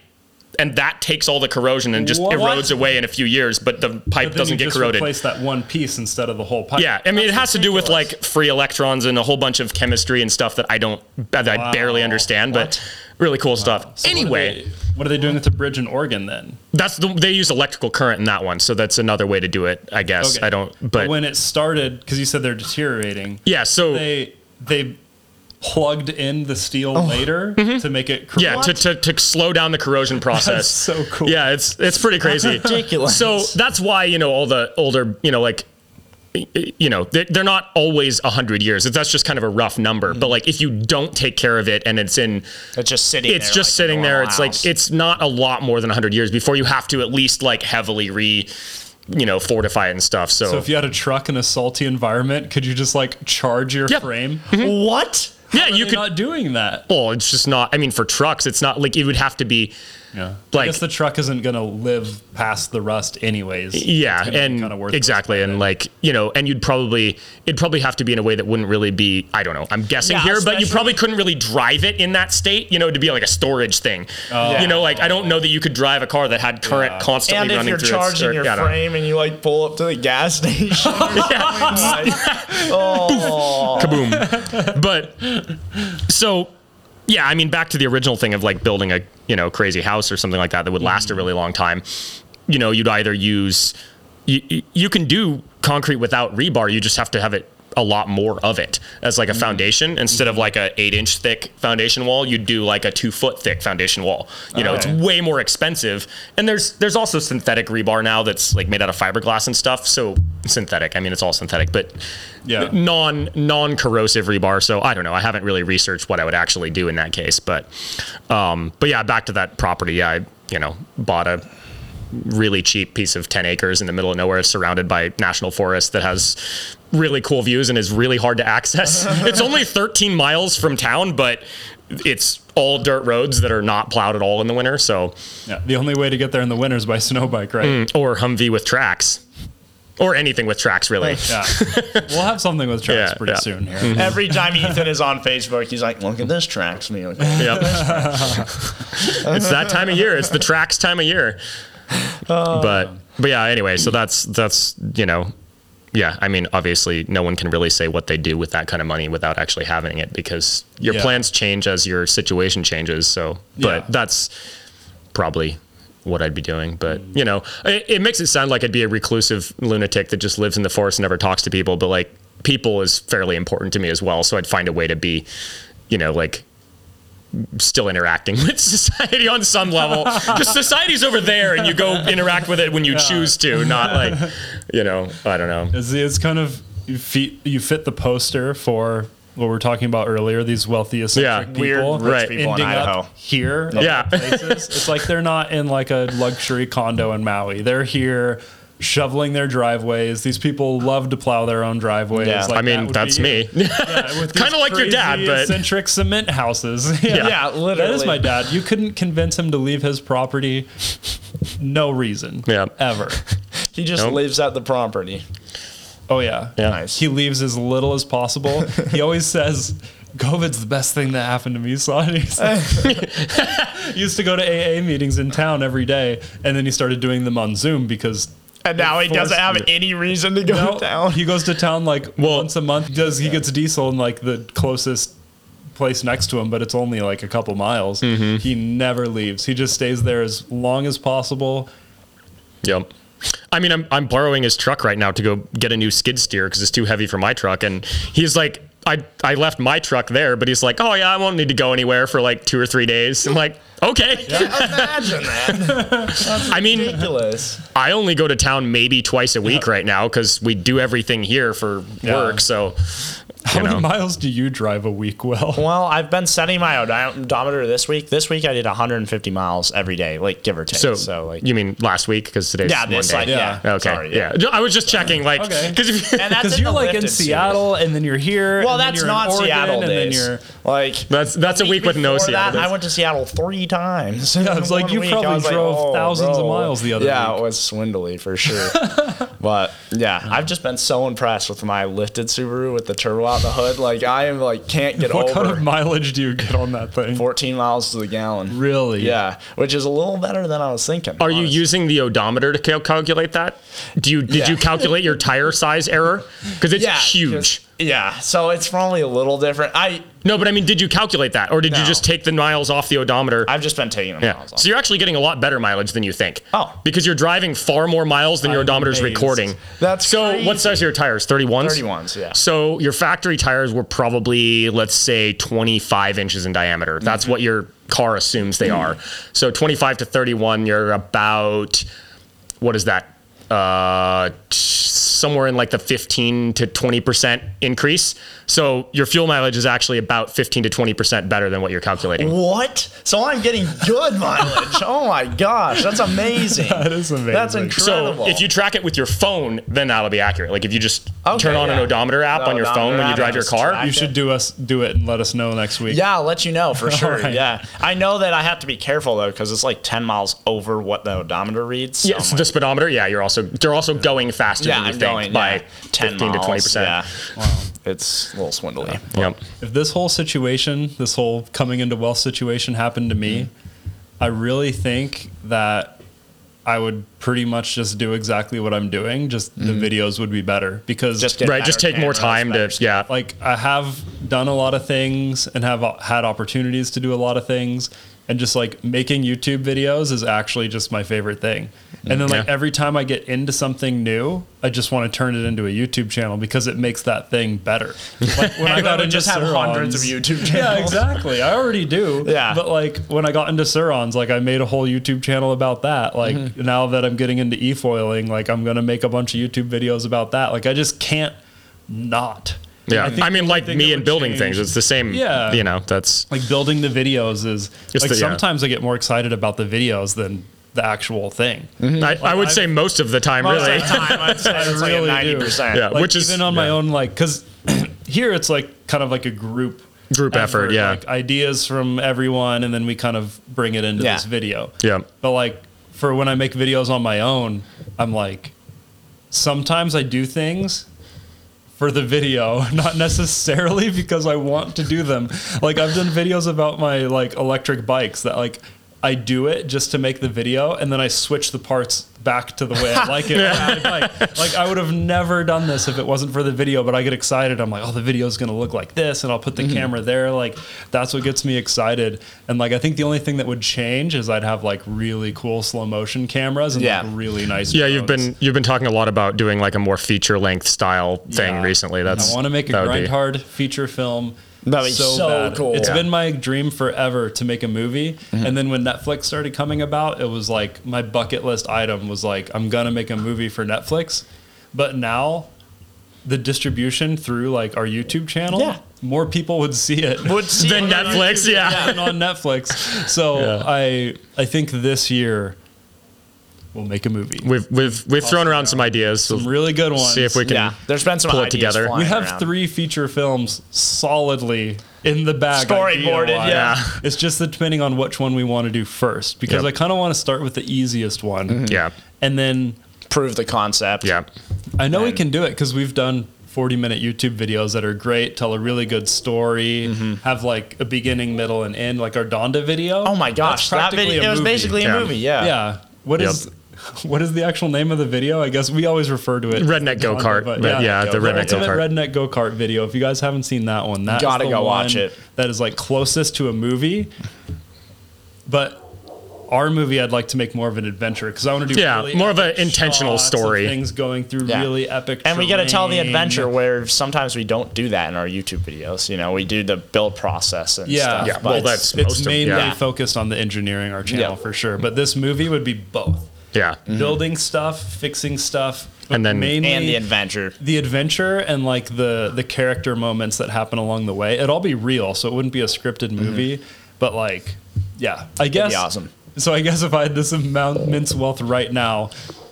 And that takes all the corrosion and just
What?
erodes away in a few years, but the pipe
But then
doesn't
you
get
just
corroded.
Replace that one piece instead of the whole pipe.
Yeah, I mean, it has to do with like free electrons and a whole bunch of chemistry and stuff that I don't, that I barely understand, but really cool stuff. anyway,
What are they doing with the bridge in Oregon then?
that's the, they use electrical current in that one, so that's another way to do it, I guess. I don't, but,
when it started, because you said they're deteriorating,
yeah, so
they they plugged in the steel later to make it correct.
Mm-hmm. Yeah, to, to, to slow down the corrosion process.
so cool.
Yeah, it's it's pretty crazy.
ridiculous.
So that's why you know all the older you know like y- y- you know they're, they're not always 100 years that's just kind of a rough number
Mm-hmm.
but like if you don't take care of it and it's in
It's just sitting.
it's
there
just
like a
sitting there
normal
it's
house.
like it's not a lot more than 100 years before you have to at least like heavily re you know fortify it and stuff so,
so if you had a truck in a salty environment, could you just like charge your
Yeah.
frame?
what?
Mm-hmm. yeah
Are
you
they
could
not doing that.
well it's just not i mean for trucks it's not like it would have to be
Yeah. I
Like-
guess the truck isn't gonna live past the rust anyways.
yeah
It's gonna be
and
kinda worthless
exactly
by
and
then.
like you know and you'd probably it'd probably have to be in a way that wouldn't really be i don't know i'm guessing
Yeah,
here but you
especially-
probably couldn't really drive it in that state you know to be like a storage thing you know like i don't know that you could drive a car that had current constantly
And if
running
you're
through its-
charging
or-
your
I don't know.
frame and you like pull up to the gas station, like, oh,
kaboom but so yeah i mean back to the original thing of like building a you know crazy house or something like that that would last a really long time you know you'd either use you, you- you can do concrete without rebar you just have to have it a lot more of it as like a foundation instead of like a eight inch thick foundation wall you do like a two foot thick foundation wall you know it's way more expensive and there's there's also synthetic rebar now that's like made out of fiberglass and stuff so synthetic i mean it's all synthetic but
Yeah.
non non corrosive rebar. So I don't know. I haven't really researched what I would actually do in that case, but um, but yeah, back to that property. I you know bought a really cheap piece of 10 acres in the middle of nowhere surrounded by national forest that has really cool views and is really hard to access. it's only 13 miles from town, but it's all dirt roads that are not plowed at all in the winter. So
Yeah, the only way to get there in the winter is by snow bike, right?
or Humvee with tracks or anything with tracks really.
Yeah. we'll have something with tracks
Yeah,
pretty
yeah.
soon here.
Every time Ethan is on Facebook, he's like, "Look at this tracks me." Like, oh,
Yep. it's that time of year. It's the tracks time of year. but but yeah, anyway, so that's that's you know, yeah, I mean, obviously no one can really say what they do with that kind of money without actually having it because your
Yeah.
plans change as your situation changes. So but
Yeah.
that's probably what I'd be doing. But you know, it, it makes it sound like I'd be a reclusive lunatic that just lives in the forest and never talks to people. But like, people is fairly important to me as well. So I'd find a way to be, you know, like still interacting with society on some level because society's over there and you go interact with it when you choose to not like you know i don't know
It's, it's kind of you fit, you fit the poster for what we were talking about earlier. These wealthy eccentric
Yeah,
people,
weird rich Right.
people in
ending up
Idaho.
here. of
Yeah.
all places. it's like they're not in like a luxury condo in Maui. They're here shoveling their driveways. These people love to plow their own driveways.
Yeah.
Like
i mean
that would
that's
be-
me
Yeah, with
Kinda
these
like your dad,
crazy
but-
eccentric cement houses.
Yeah.
Yeah,
That is
literally.
my dad. You couldn't convince him to leave his property. No reason.
Yeah.
Ever.
He just
Nope.
lives at the property.
Oh yeah.
Yeah.
Nice.
He leaves as little as possible. he always says, "COVID's the best thing that happened to me." Son. He said- used to go to AA meetings in town every day, and then he started doing them on Zoom because.
and now he doesn't have
Forced-
any reason to go
No,
Oh, down.
he goes to town like
Well-
once a month. He Does he gets diesel in like the closest place next to him, but it's only like a couple miles. He never leaves. He just stays there as long as possible.
Yep. I mean, I'm I'm borrowing his truck right now to go get a new skid steer because it's too heavy for my truck, and he's like. I, I left my truck there, but he's like, oh yeah, I won't need to go anywhere for like two or three days. I'm like, okay.
Imagine that.
I mean,
Ridiculous.
I only go to town maybe twice a week right now because we do everything here for work. So,
How
you
many
know.
miles do you drive a week, Will?
Well, I've been setting my odometer this week. This week I did 150 miles every day, like give or take.
so,
So, like,
you mean last week? Because today's
yeah,
one
this
day.
like,
Yeah.
yeah.
Okay.
Sorry,
yeah. No, I was just checking, like,
Okay.
because
And that's
Because
in
you're
the
like in
lifted series.
Seattle, and then you're here.
Well,
and then
that's
you're in
not
Oregon,
Seattle
and
days.
Then you're,
like
that's that's a week with no
before
Seattle.
That,
days.
I went to Seattle three times.
I was like,
One
you
week,
probably
I was like, "Oh,
drove thousands of miles the other
yeah,
week.
it was swindly for sure. but yeah, I've just been so impressed with my lifted Subaru with the turbo out the hood. Like I am like can't get
what
over
kind of mileage do you get on that thing?
14 miles to the gallon.
Really?
Yeah, which is a little better than I was thinking.
Are you
honestly.
using the odometer to cal- calculate that? Do you did you
Yeah.
calculate your tire size error? Because it's
Yeah,
huge.
yeah, so it's probably a little different. I
No, but I mean, did you calculate that, or did you
No.
just take the miles off the odometer?
I've just been taking them.
yeah. So you're actually getting a lot better mileage than you think.
Oh.
Because you're driving far more miles than your
I'm
odometer's
amazed.
recording.
That's
so. What
crazy.
size are your tires? 31s?
31s, yeah.
So your factory tires were probably, let's say, 25 inches in diameter. That's
Mm-hmm.
what your car assumes they are. So 25 to 31, you're about, what is that? Uh, t- somewhere in like the 15 to 20% increase. So your fuel mileage is actually about 15 to 20% better than what you're calculating.
What? So I'm getting good mileage. Oh my gosh, that's amazing.
That is amazing.
That's
So,
incredible.
So if you track it with your phone, then that'll be accurate. Like if you just
Okay,
turn on an
yeah.
odometer app
The
on your phone
odometer
when you
app
drive
and
your
just
car,
track
You should do us do it and let us know next week.
yeah, I'll let you know for sure.
Alright.
Yeah, I know that I have to be careful though because it's like ten miles over what the odometer reads. so
Yeah,
I'm
so the speedometer. Yeah, you're also they're also going faster
Yeah,
than you
I'm
think
going,
by
yeah. 10
15 to 20
miles,
percent.
yeah. It's a little swindly.
Yep.
If this whole situation, this whole coming into wealth situation happened to me,
Mm-hmm.
I really think that I would pretty much just do exactly what I'm doing. Just the videos would be better because
Mm-hmm. Just get
Right. Just
better
take more
cameras,
time to
better stuff.
yeah.
like I have done a lot of things and have o- had opportunities to do a lot of things and just like making YouTube videos is actually just my favorite thing. And then like
Yeah.
every time I get into something new, I just want to turn it into a YouTube channel because it makes that thing better. Like when I
I
got
would
into
just have hundreds of
Surons-
YouTube channels.
Yeah, exactly. I already do.
Yeah.
But like when I got into Surons, like I made a whole YouTube channel about that. Like
Mm-hmm.
now that I'm getting into e-foiling, like I'm gonna make a bunch of YouTube videos about that. Like I just can't not.
yeah. I,
think
mean, like
thing
me
that
and
would
building
change-
things, it's the same.
Yeah.
You know, that's
Like building the videos is
It's
like
the- yeah.
sometimes I get more excited about the videos than the actual thing.
I, I would
I've-
say most of the time,
Most
really.
of the time, I'd say it's like
really do.
90%.
Yeah.
Like
which is
even on my
yeah.
own like because here it's like kind of like a group
Group effort, yeah.
like ideas from everyone and then we kind of bring it into
Yeah.
this video
Yeah.
but like for when I make videos on my own I'm like sometimes I do things for the video not necessarily because I want to do them like I've done videos about my like electric bikes that like I do it just to make the video and then I switch the parts back to the way I like it on my bike. like I would have never done this if it wasn't for the video but I get excited I'm like oh the video's gonna look like this and I'll put the
Mm-hmm.
camera there like that's what gets me excited and like I think the only thing that would change is I'd have like really cool slow motion cameras and
Yeah.
like really nice
Yeah, you've
drones.
been you've been talking a lot about doing like a more feature length style thing
Yeah.
recently. That's
I want to make a
that would be-
grind hard feature film.
That'd be so cool. Mm-hmm.
It's
Yeah.
been my dream forever to make a movie. And then when Netflix started coming about, it was like my bucket list item was like, I'm going to make a movie for Netflix. But now the distribution through like our YouTube channel,
Yeah.
more people would see it.
Would see
Then
it on
Netflix,
YouTube.
yeah.
than on Netflix. So
Yeah.
I I think this year we'll make a movie.
We've we've we've thrown around some ideas.
Some really good ones.
see if we can.
Yeah, there's been some
Pull it
ideas
together. We
We
flying
have
around.
three feature films solidly in the bag.
Storyboarded,
idea-wise.
yeah.
It's just the depending on which one we want to do first, because
Yep.
I kind of want to start with the easiest one,
Mm-hmm.
Yeah.
and then
prove the concept.
Yeah.
I know we
And-
can do it because we've done. 40 minute YouTube videos that are great, tell a really good story,
Mm-hmm.
have like a beginning, middle, and end, like our Donda video.
Oh my gosh,
That's
that
practically
video
a
it was
movie.
basically
Yeah.
a movie. Yeah.
Yeah. What
Yep.
is what is the actual name of the video? I guess we always refer to it.
Redneck
Donda,
go-kart,
but
but yeah, the redneck
Ultimate
go-kart.
redneck go kart video. If you guys haven't seen that one, that is
Gotta
the
go
one
watch it.
That is like closest to a movie, but. Our movie, I'd like to make more of an adventure because I want to do
Yeah,
really
more of
epic
an intentional
shots of
story.
things going through
Yeah.
really epic,
And we got to tell the
terrain.
adventure where sometimes we don't do that in our YouTube videos. You know, we do the build process and
Yeah.
stuff.
Yeah,
but
well,
it's-
that's most
It's
of 'em,
mainly
yeah.
focused on the engineering our channel
Yeah.
for sure, but this movie would be both
Yeah.
building stuff, fixing stuff, but
Mm-hmm. And then-
mainly
and the adventure.
the adventure and like the the character moments that happen along the way it'd all be real so it wouldn't be a scripted
Mm-hmm.
movie but like yeah i guess
awesome.
so i guess if i had this amount immense wealth right now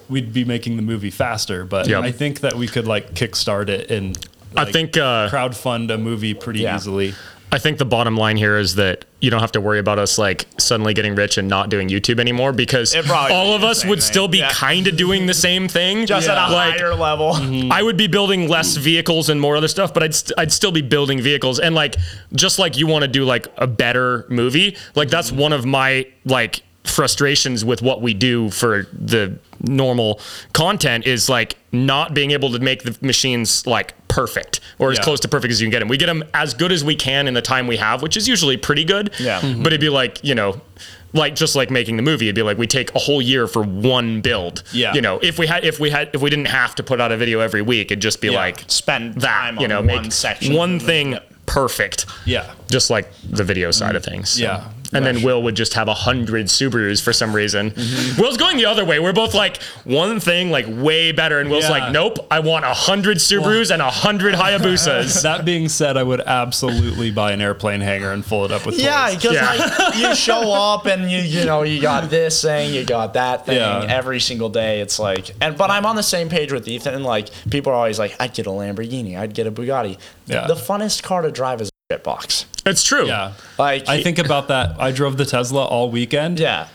we'd be making the movie faster but
Yep.
i think that we could like kickstart it and
I
like,
think uh,
crowdfund a movie pretty
Yeah.
easily
I think the bottom line here is that you don't have to worry about us like suddenly getting rich and not doing YouTube anymore because
It'd probably
all
be
of
the
us
same
would
thing.
still be
Yeah.
kind of doing the same thing.
Just at a
like,
higher level.
I would be building less vehicles and more other stuff, but I'd st- I'd still be building vehicles and like just like you want to do like a better movie. Like that's one of my like frustrations with what we do for the normal content is like not being able to make the machines like perfect or as
Yeah.
close to perfect as you can get them. We get them as good as we can in the time we have, which is usually pretty good.
Yeah. Mhm.
But it'd be like, you know, like just like making the movie, it'd be like we take a whole year for one build.
Yeah.
You know, if we had if we had if we didn't have to put out a video every week, it'd just be like
spend
that,
time
you know,
on
make
one section
one
and then-
thing perfect.
Yeah.
Just like the video side of things. so.
Yeah.
And then Will would just have a hundred Subarus for some reason.
Mm-hmm.
Will's going the other way. We're both like one thing, like way better, and Will's
Yeah.
like, nope, I want a hundred Subarus and a hundred Hayabusas.
That being said, I would absolutely buy an airplane hangar and fill it up with
Yeah,
toys.
because
Yeah.
like you show up and you you know you got this thing, you got that thing
Yeah.
every single day. It's like, and but I'm on the same page with Ethan. Like people are always like, I'd get a Lamborghini, I'd get a Bugatti.
Yeah.
The funnest car to drive is a shit box.
it's true.
Yeah.
Like
I think about that. I drove the Tesla all weekend.
yeah.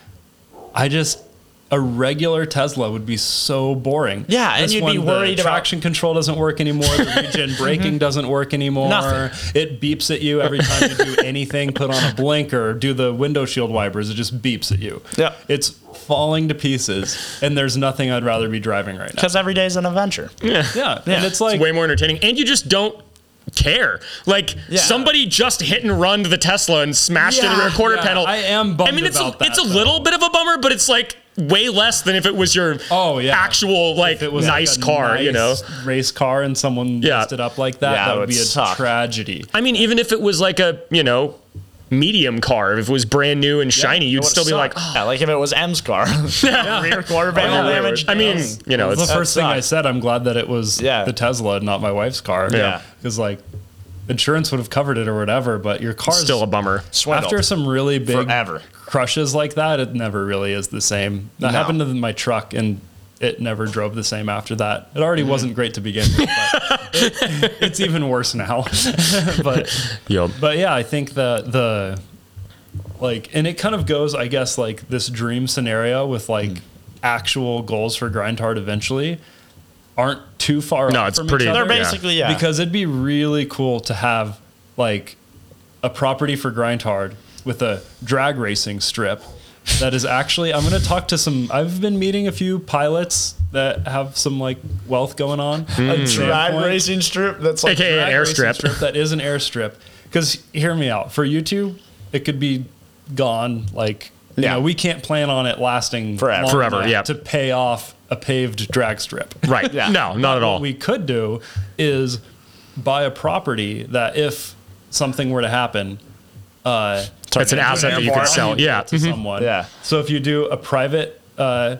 I just a regular Tesla would be so boring.
Yeah, and you'd be worried
the
about- Mm-hmm.
traction control doesn't work anymore. The regen braking doesn't work anymore.
Nothing.
It beeps at you every time you do anything. Put on a blinker, do the window shield wipers. It just beeps at you.
Yeah.
it's falling to pieces, and there's nothing I'd rather be driving right now.
Because every day is an adventure.
Yeah, and it's like
It's way more entertaining. And you just don't care. Like
Yeah.
somebody just hit and run the Tesla and smashed into the rear
Yeah,
quarter
yeah,
panel.
I am bummed
I mean, it's
about
a,
that,
it's a
though.
little bit of a bummer, but it's like way less than if it was your
Oh, yeah.
actual like
if it was like
nice
a
car, you know.
nice race car, and someone
Yeah.
messed it up like that.
Yeah,
that
it
would,
would
be a
suck.
tragedy.
I mean, even if it was like a, you know, medium car, if it was brand new and shiny, you'd
It
still be
sucked.
like, oh,
Yeah, like if it was M's car, rear quarter panel
yeah.
damage.
I mean,
nails.
you know,
That's
it's,
the first thing I
sucks.
said. I'm glad that it was
Yeah.
the Tesla and not my wife's car.
Yeah.
Because, like, insurance would have covered it or whatever, but your car's
still a bummer.
swindled.
After some really big
Forever.
crushes like that, it never really is the same. That
No.
happened to my truck and it never drove the same after that. It
Mm-hmm.
already wasn't great to begin with, but it, it's even worse now. but
Yup.
but yeah, I think the the like and it kind of goes, I guess, like this dream scenario with like
Hmm.
actual goals for grind hard eventually aren't too far
No,
off
it's
from
pretty-
each
They're
other.
Yeah.
basically yeah.
Because it'd be really cool to have like a property for Grindhard with a drag racing strip that is actually I'm gonna talk to some I've been meeting a few pilots that have some like wealth going on.
Hmm.
A
drag racing strip that's like
AKA an
drag racing
airstrip.
strip that is an airstrip. Because hear me out. For you two, it could be gone like you
Yeah.
know, we can't plan on it lasting
Forever.
long
Forever,
enough
yeah.
to pay off a paved drag strip.
Right.
Yeah.
No, not at all.
What we could do is buy a property that if something were to happen, uh,
It's an asset that you could
Airborne.
sell. Yeah.
to
Mhm.
someone.
Yeah.
So if you do a private uh,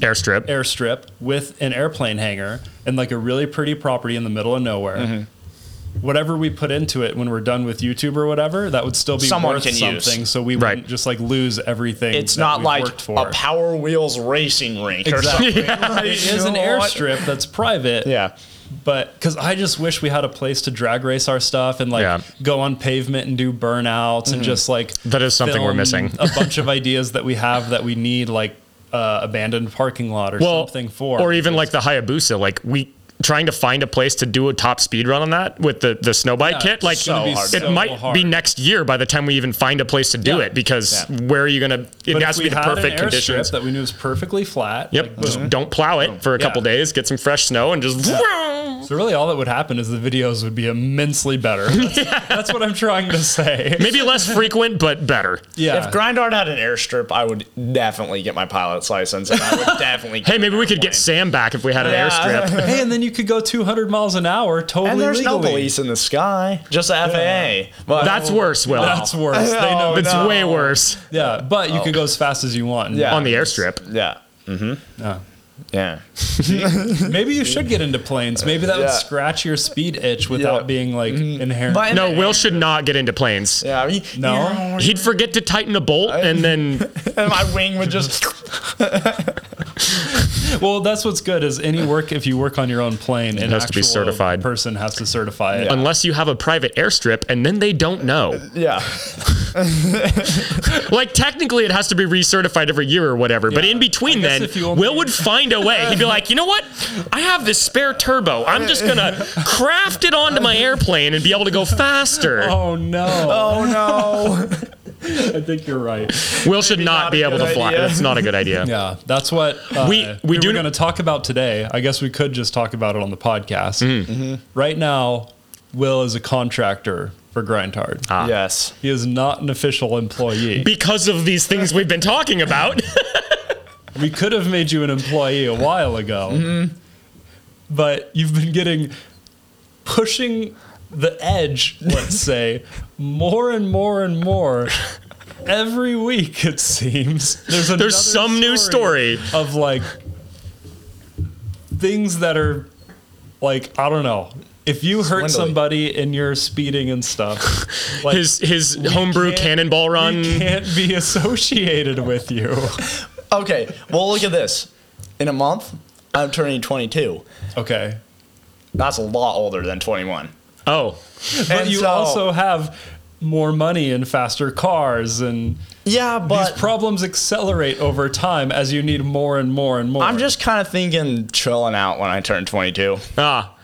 Airstrip.
airstrip with an airplane hangar and like a really pretty property in the middle of nowhere.
Mm-hmm.
Whatever we put into it when we're done with YouTube or whatever, that would still be
Someone
worth
can use.
something. So we
Right.
wouldn't just like lose everything.
it's
that
not
we've
like
worked for.
a Power Wheels racing rink or something.
Exactly. it is an
You know what?
airstrip that's private.
Yeah.
but because I just wish we had a place to drag race our stuff and like
Yeah.
go on pavement and do burnouts
Mm-hmm.
and just like
That is something we're
film
missing.
a bunch of ideas that we have that we need like uh, abandoned parking lot or
well,
something for
or even like the Hayabusa, like we trying to find a place to do a top speed run on that with the the snow bike kit. Like
so
gonna be
hard.
it
so
might
hard.
be next year by the time we even find a place to do
Yeah.
it because
Yeah.
where are you gonna? It
But
has
if
to
we
be the
had an
perfect
airstrip
conditions.
that we knew was perfectly flat.
Yep.
like,
Just don't plow it for a
Yeah.
couple days. Get some fresh snow and just.
so really, all that would happen is the videos would be immensely better. That's, that's what I'm trying to say.
Maybe less frequent, but better.
Yeah.
If Grindard had an airstrip, I would definitely get my pilot's license, and I would definitely.
Hey, maybe we could get Sam back if we had an
Yeah.
airstrip.
hey, and then you could go 200 miles an hour totally
And there's
legally.
no police in the sky, just the FAA. But
That's worse, Will.
That's worse. They know.
it's
no.
way worse
Yeah, but
Oh.
you could go as fast as you want. and
Yeah.
on the airstrip.
yeah, Mm-hmm.
Yeah.
yeah.
Maybe you should get into planes. Maybe that would
Yeah.
scratch your speed itch without
Yeah.
being like
Mm-hmm.
inherent.
But-
No, Will should not get into planes.
Yeah, I mean,
No?
He'd forget to tighten a bolt and then
and my wing would just.
well, that's what's good is any work if you work on your own plane, an
has to be
actual
certified.
Person has to certify it.
unless you have a private airstrip and then they don't know.
Yeah,
Like technically it has to be recertified every year or whatever, but in between
guess
then
if you only-
Will would find a way. He'd be like, "You know what? I have this spare turbo. I'm just going to craft it onto my airplane and be able to go faster."
Oh no!
Oh no!
Oh, I think you're right.
Will should not, be able to fly.
idea.
That's not a good idea.
Yeah, that's what uh,
We-
we
we
we,
do-
were going to talk about today. I guess we could just talk about it on the podcast.
Mm-hmm.
Mm-hmm. Right now, Will is a contractor for Grindhard.
Ah.
Yes.
He is not an official employee.
Because of these things we've been talking about.
we could have made you an employee a while ago,
Mm-hmm.
but you've been getting pushing the edge, let's say, more and more and more. Every week, it seems there's another
There's some new story.
of like things that are like I don't know. If you hurt
Swindly.
somebody and you're speeding and stuff, like
his his homebrew
can't-
cannonball run.
we can't be associated with you.
Okay. Well, look at this. In a month, I'm turning 22.
Okay.
That's a lot older than 21.
Oh,
But
And
you
so-
also have more money and faster cars and
Yeah, but
these problems accelerate over time as you need more and more and more.
I'm just kind of thinking chilling out when I turn 22.
ah,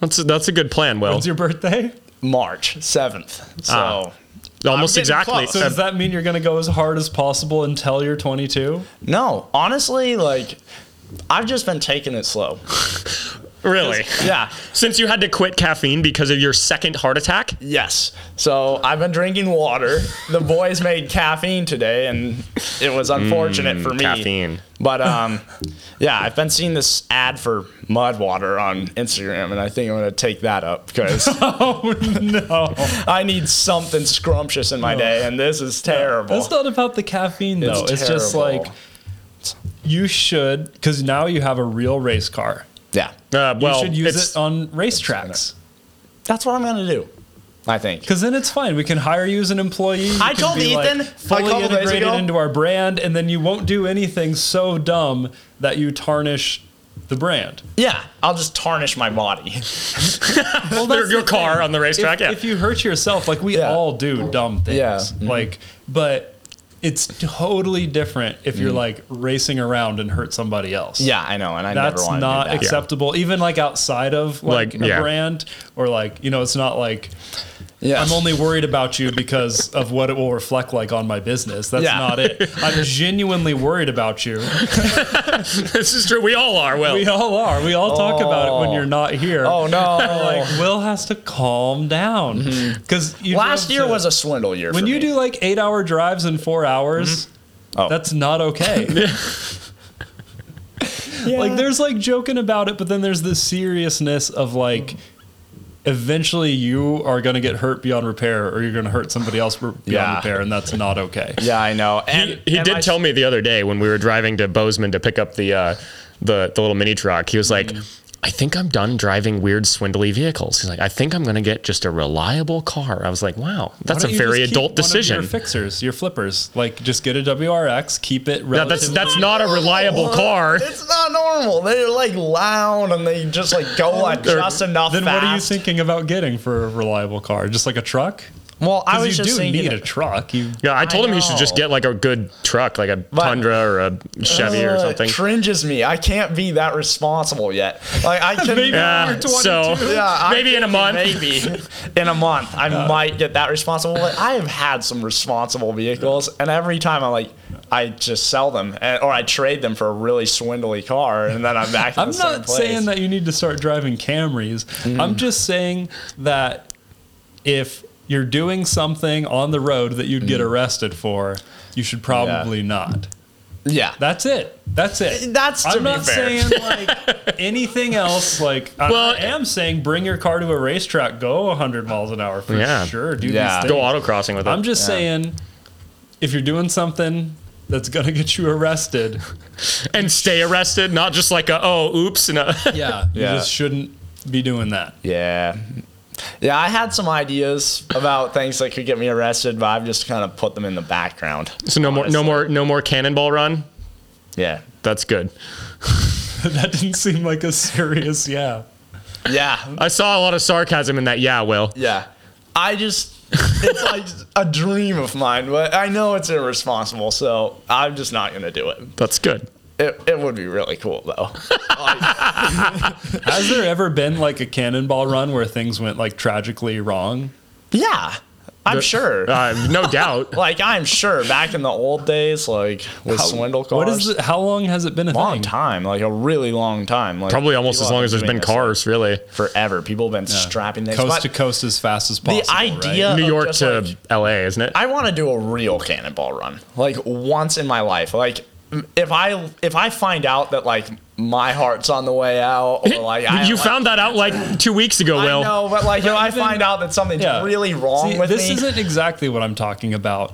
that's a, that's a good plan. Will
When's your birthday?
March 7th. So.
Ah. almost
I'm getting
exactly. Uh,
close.
So does that mean you're going to go as hard as possible until you're 22?
No, honestly, like I've just been taking it slow.
really,
Yeah.
since you had to quit caffeine because of your second heart attack.
Yes. So I've been drinking water. The boys made caffeine today, and it was unfortunate for me.
caffeine.
But um, yeah, I've been seeing this ad for mud water on Instagram, and I think I'm gonna take that up because
Oh no.
I need something scrumptious in my day, and this is terrible.
That's not about the caffeine
It's
though. It's, just
terrible.
like you should because now you have a real race car.
yeah,
Uh,
You
well,
should use
it's-
it on racetracks
that's what I'm gonna do. I think.
because then it's fine. We can hire you as an employee. You
I
can
told
be,
Ethan a
fully
couple days
integrated
ago.
into our brand, and then you won't do anything so dumb that you tarnish the brand.
Yeah, I'll just tarnish my body.
Well,
Your- your car on the
If,
racetrack, yeah.
if you hurt yourself, like we
Yeah.
all do dumb things. Mm-hmm.
Yeah.
Like, but it's totally different if
Mm-hmm.
you're like racing around and hurt somebody else.
Yeah, I know, and I
That's
never want
not
to do that.
acceptable, even like outside of like,
Like,
a
yeah.
brand or like you know, it's not like
Yeah.
I'm only worried about you because of what it will reflect like on my business. That's
Yeah.
not it. I'm genuinely worried about you.
this is true. We all are. Will
We all are. We all talk about it when you're not here.
Oh no! Mm-hmm.
Like Will has to calm down because
Last year was a swindle year.
when
for
you
me.
do like eight hour drives in four hours.
Oh.
That's not okay.
Yeah.
like there's like joking about it, but then there's the seriousness of like eventually you are going to get hurt beyond repair or you're going to hurt somebody else beyond
Yeah.
repair and that's not okay.
yeah, I know. And
he
and
did
my-
tell me the other day when we were driving to Bozeman to pick up the uh, the the little mini truck. He was like,
Mm.
"I think I'm done driving weird swindly vehicles." He's like, "I think I'm going to get just a reliable car." I was like, "Wow, that's a
Why don't you
very
just keep
adult
one of
decision."
your fixers, your flippers, like just get a WRX, keep it
That-
relatively.
that's that's not a reliable car.
It's not normal. They're like loud and they just like go like just enough.
then what are you
fast.
thinking about getting for a reliable car? Just like a truck?
Well, I
'Cause
was
you
just
do
thinking.
need a truck. You
Yeah, I told
I
him he should just
know.
get like a good truck, like a Tundra or a Chevy or
Uh,
something.
cringes me. I can't be that responsible yet. Like I can.
Maybe
Yeah,
You're 22.
Uh, so
Yeah, I'm
maybe in a month.
Oh, Maybe in a month I might get that responsible. But I have had some responsible vehicles, and every time I like, I just sell them and, or I trade them for a really swindly car, and then I'm back. in
I'm
the same
not
place. Mm-hmm.
saying that you need to start driving Camrys. I'm just saying that if you're doing something on the road that you'd get
Mm.
arrested for, you should probably not.
Yeah.
That's it. That's it.
Uh, That's to
I'm
be
not
fair.
saying like anything else. Like I,
Well-
I am saying, bring your car to a racetrack, go 100 miles an hour for
Yeah.
sure. Do
Yeah.
these
Go
things.
autocrossing with it.
I'm just saying, if you're doing something that's gonna get you arrested,
and stay arrested, not just like a oh oops and a
yeah, you
Yeah.
just shouldn't be doing that.
Yeah. Yeah, I had some ideas about things that could get me arrested, but I've just kind of put them in the background.
so no more no
honestly.
more no more cannonball run.
Yeah.
That's good.
that didn't seem like a serious yeah.
Yeah.
I saw a lot of sarcasm in that. Yeah, Will.
Yeah. I just it's like a dream of mine, but I know it's irresponsible, so I'm just not gonna do it.
That's good.
It, it would be really cool though.
Has there ever been like a cannonball run where things went like tragically wrong?
Yeah. I'm sure.
Uh, no doubt.
like I'm sure back in the old days, like with swindle cars,
What is it? How long has it been a
long
thing?
time, like a really long time, like
Probably almost
people
as long
have
as there's
doing
been
this
cars, really.
forever. People have been strapping this.
Coast
but
to coast as fast as possible.
the idea,
New
of
York
Uh, just,
to
like,
LA, isn't it?
I want to do a real cannonball run, like once in my life. Like if I if I find out that like my heart's on the way out, or like I,
you
like,
found that out like two weeks ago,
I
Will.
know, but like if I find out that something's
Yeah.
really wrong
See,
with
this
me,
isn't exactly what I'm talking about.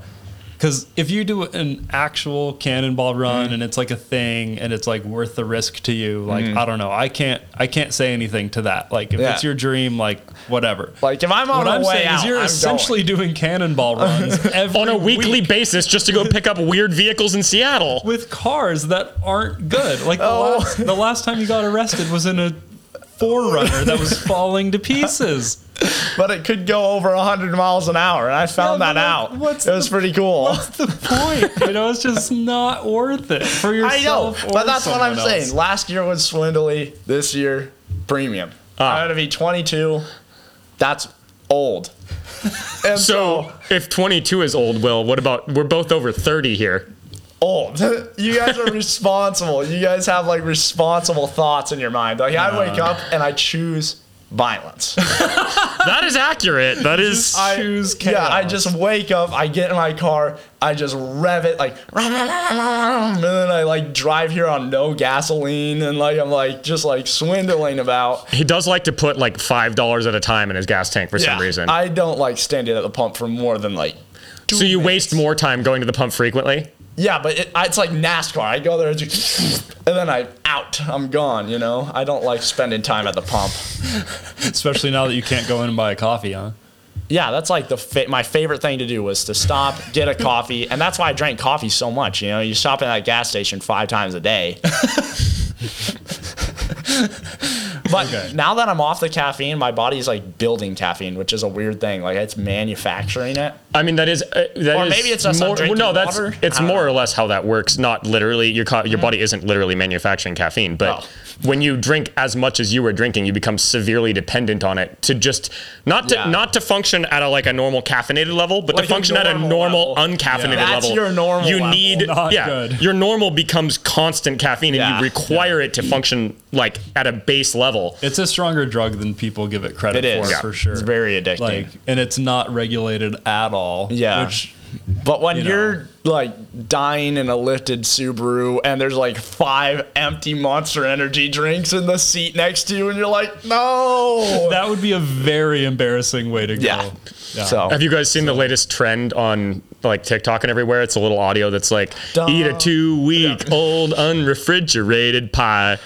Because if you do an actual cannonball run
Mm.
and it's like a thing and it's like worth the risk to you, like I don't know, I can't, I can't say anything to that. Like if
Mm. Yeah.
it's your dream, like whatever.
like if I'm on
what
the
I'm
way
saying
out,
is you're
I'm
essentially doing cannonball runs every
On a weekly
week
basis, just to go pick up weird vehicles in Seattle.
with cars that aren't good. Like the,
Oh.
last, the last time you got arrested was in a forerunner that was falling to pieces.
going. but it could go over 100 miles an hour, and I found
Yeah,
that
but,
out.
like, what's
it was
the-
pretty cool.
That's the point. You know, it's just not worth it for
I know,
yourself.
but that's what I'm
someone else.
saying. Last year was swindly. This year, premium.
Ah.
I'm gonna be 22. That's old. And
So, if 22 is old, Will, what about we're both over 30 here?
old. you guys are responsible. You guys have like responsible thoughts in your mind. Like I wake up and I choose violence.
That is accurate. That is.
I,
Choose
yeah, I
chaos.
just wake up, I get in my car, I just rev it like and then I like drive here on no gasoline and like I'm like just like swindling about
He does like to put like five dollars at a time in his gas tank for some
Yeah, Uh,
reason.
I don't like standing at the pump for more than like.
so you waste more time going to the pump frequently.
Yeah, but it, I- it's like NASCAR. I go there, it's like, and then I out. I'm gone. You know, I don't like spending time at the pump.
Especially now that you can't go in and buy a coffee, huh?
Yeah, that's like the fa- my favorite thing to do was to stop, get a coffee, and that's why I drank coffee so much. You know, you stop at that gas station five times a day. but
Okay.
now that I'm off the caffeine, my body's like building caffeine, which is a weird thing. Like it's manufacturing it.
I mean, that is uh, that
Or
is
maybe it's just I'm
more, well,
drinking
no, that's
water.
it's
I don't
more
know. Hmm.
or less how that works. Not literally, your co- your body isn't literally manufacturing caffeine, but
Oh.
when you drink as much as you were drinking, you become severely dependent on it to just not to
Yeah.
not to function at a like a normal caffeinated level, but
Like a
to function at a
normal
normal
level.
uncaffeinated
Yeah. That's
level.
your normal
You
level.
need
Not
yeah,
good.
your normal becomes constant caffeine, and
Yeah.
you require it to function like at a base level.
It's a stronger drug than people give it credit
It is.
for,
Yeah.
for sure.
It's very addicting.
Like, and it's not regulated at all.
Yeah.
Which
But when
You know.
you are like dying in a lifted Subaru and there's like five empty Monster Energy drinks in the seat next to you, and you're like, no.
that would be a very embarrassing way to go.
yeah. So
Have you guys seen the latest trend on like TikTok and everywhere? It's a little audio that's like,
Dumb.
eat a two week old unrefrigerated pie.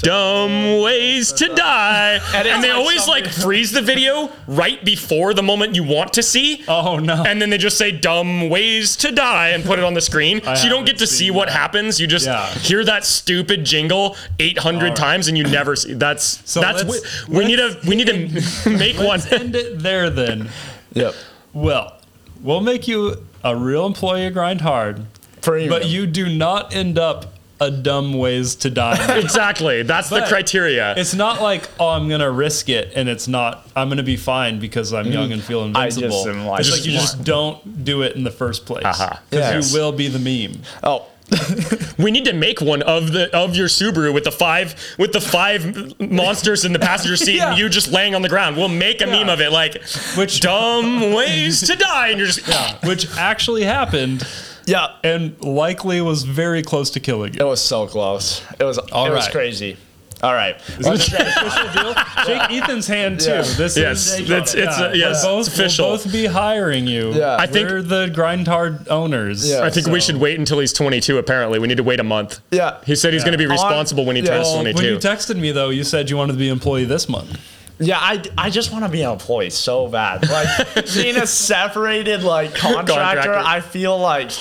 Dumb ways to die.
And
And,
it's
they
like
always
somebody-
like freeze the video right before the moment you want to see.
Oh no.
And then they just say dumb ways to die and put it on the screen. so you don't
haven't
get to see
seen
what happens. You just
Yeah.
hear that stupid jingle 800 times and you never see. That's
So
that's
let's-
we, we need to we need to make one.
Let's end it there then.
yep.
Well, we'll make you a real employee to grind hard,
Premium.
but you do not end up a dumb ways to die.
Exactly. That's the
But
criteria.
it's not like oh, I'm gonna risk it, and it's not I'm gonna be fine because I'm young and feel
Mm. I just
invincible.
am like-
it's
Just
like you just don't do it in the first place because
Uh-huh.
Yes.
you will be the meme.
oh.
We need to make one of the of your Subaru with the five with the five monsters in the passenger seat
Yeah.
and you just laying on the ground. We'll make a
Yeah.
meme of it, like
Which-
dumb ways to die, and you're just
Which actually happened
Yeah.
and likely was very close to killing
It
you.
was so close. It was. it was
right.
crazy. All right.
Shake Ethan's hand too.
Yeah.
This
Yes,
is
that's- it's, uh, yes,
we'll both,
it's official.
We'll both be hiring you.
Yeah. I
think-
we're the grind hard owners.
Yeah.
I think we should wait until he's 22. Apparently, we need to wait a month.
Yeah.
he said he's going to be responsible when he
yeah.
turns
Well,
Well, when you
22.
texted me though, you said you wanted to be employee this month.
Yeah, I, I just want to be an employee so bad. Like being a separated like contractor,
Contractor.
I feel like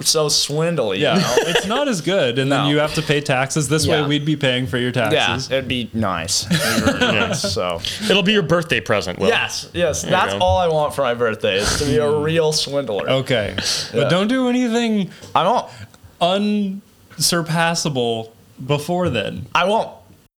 so swindly. you
Yeah,
know?
it's not as good, and then
No.
you have to pay taxes. This
Yeah.
way, we'd be paying for your
Yeah,
taxes.
it'd be nice. It'd be really nice, So
It'll be your birthday present. Will.
yes, yes, that's
go.
all I want for my birthday is to be a real swindler.
Okay, but don't do anything
I don't.
unsurpassable before then.
I won't.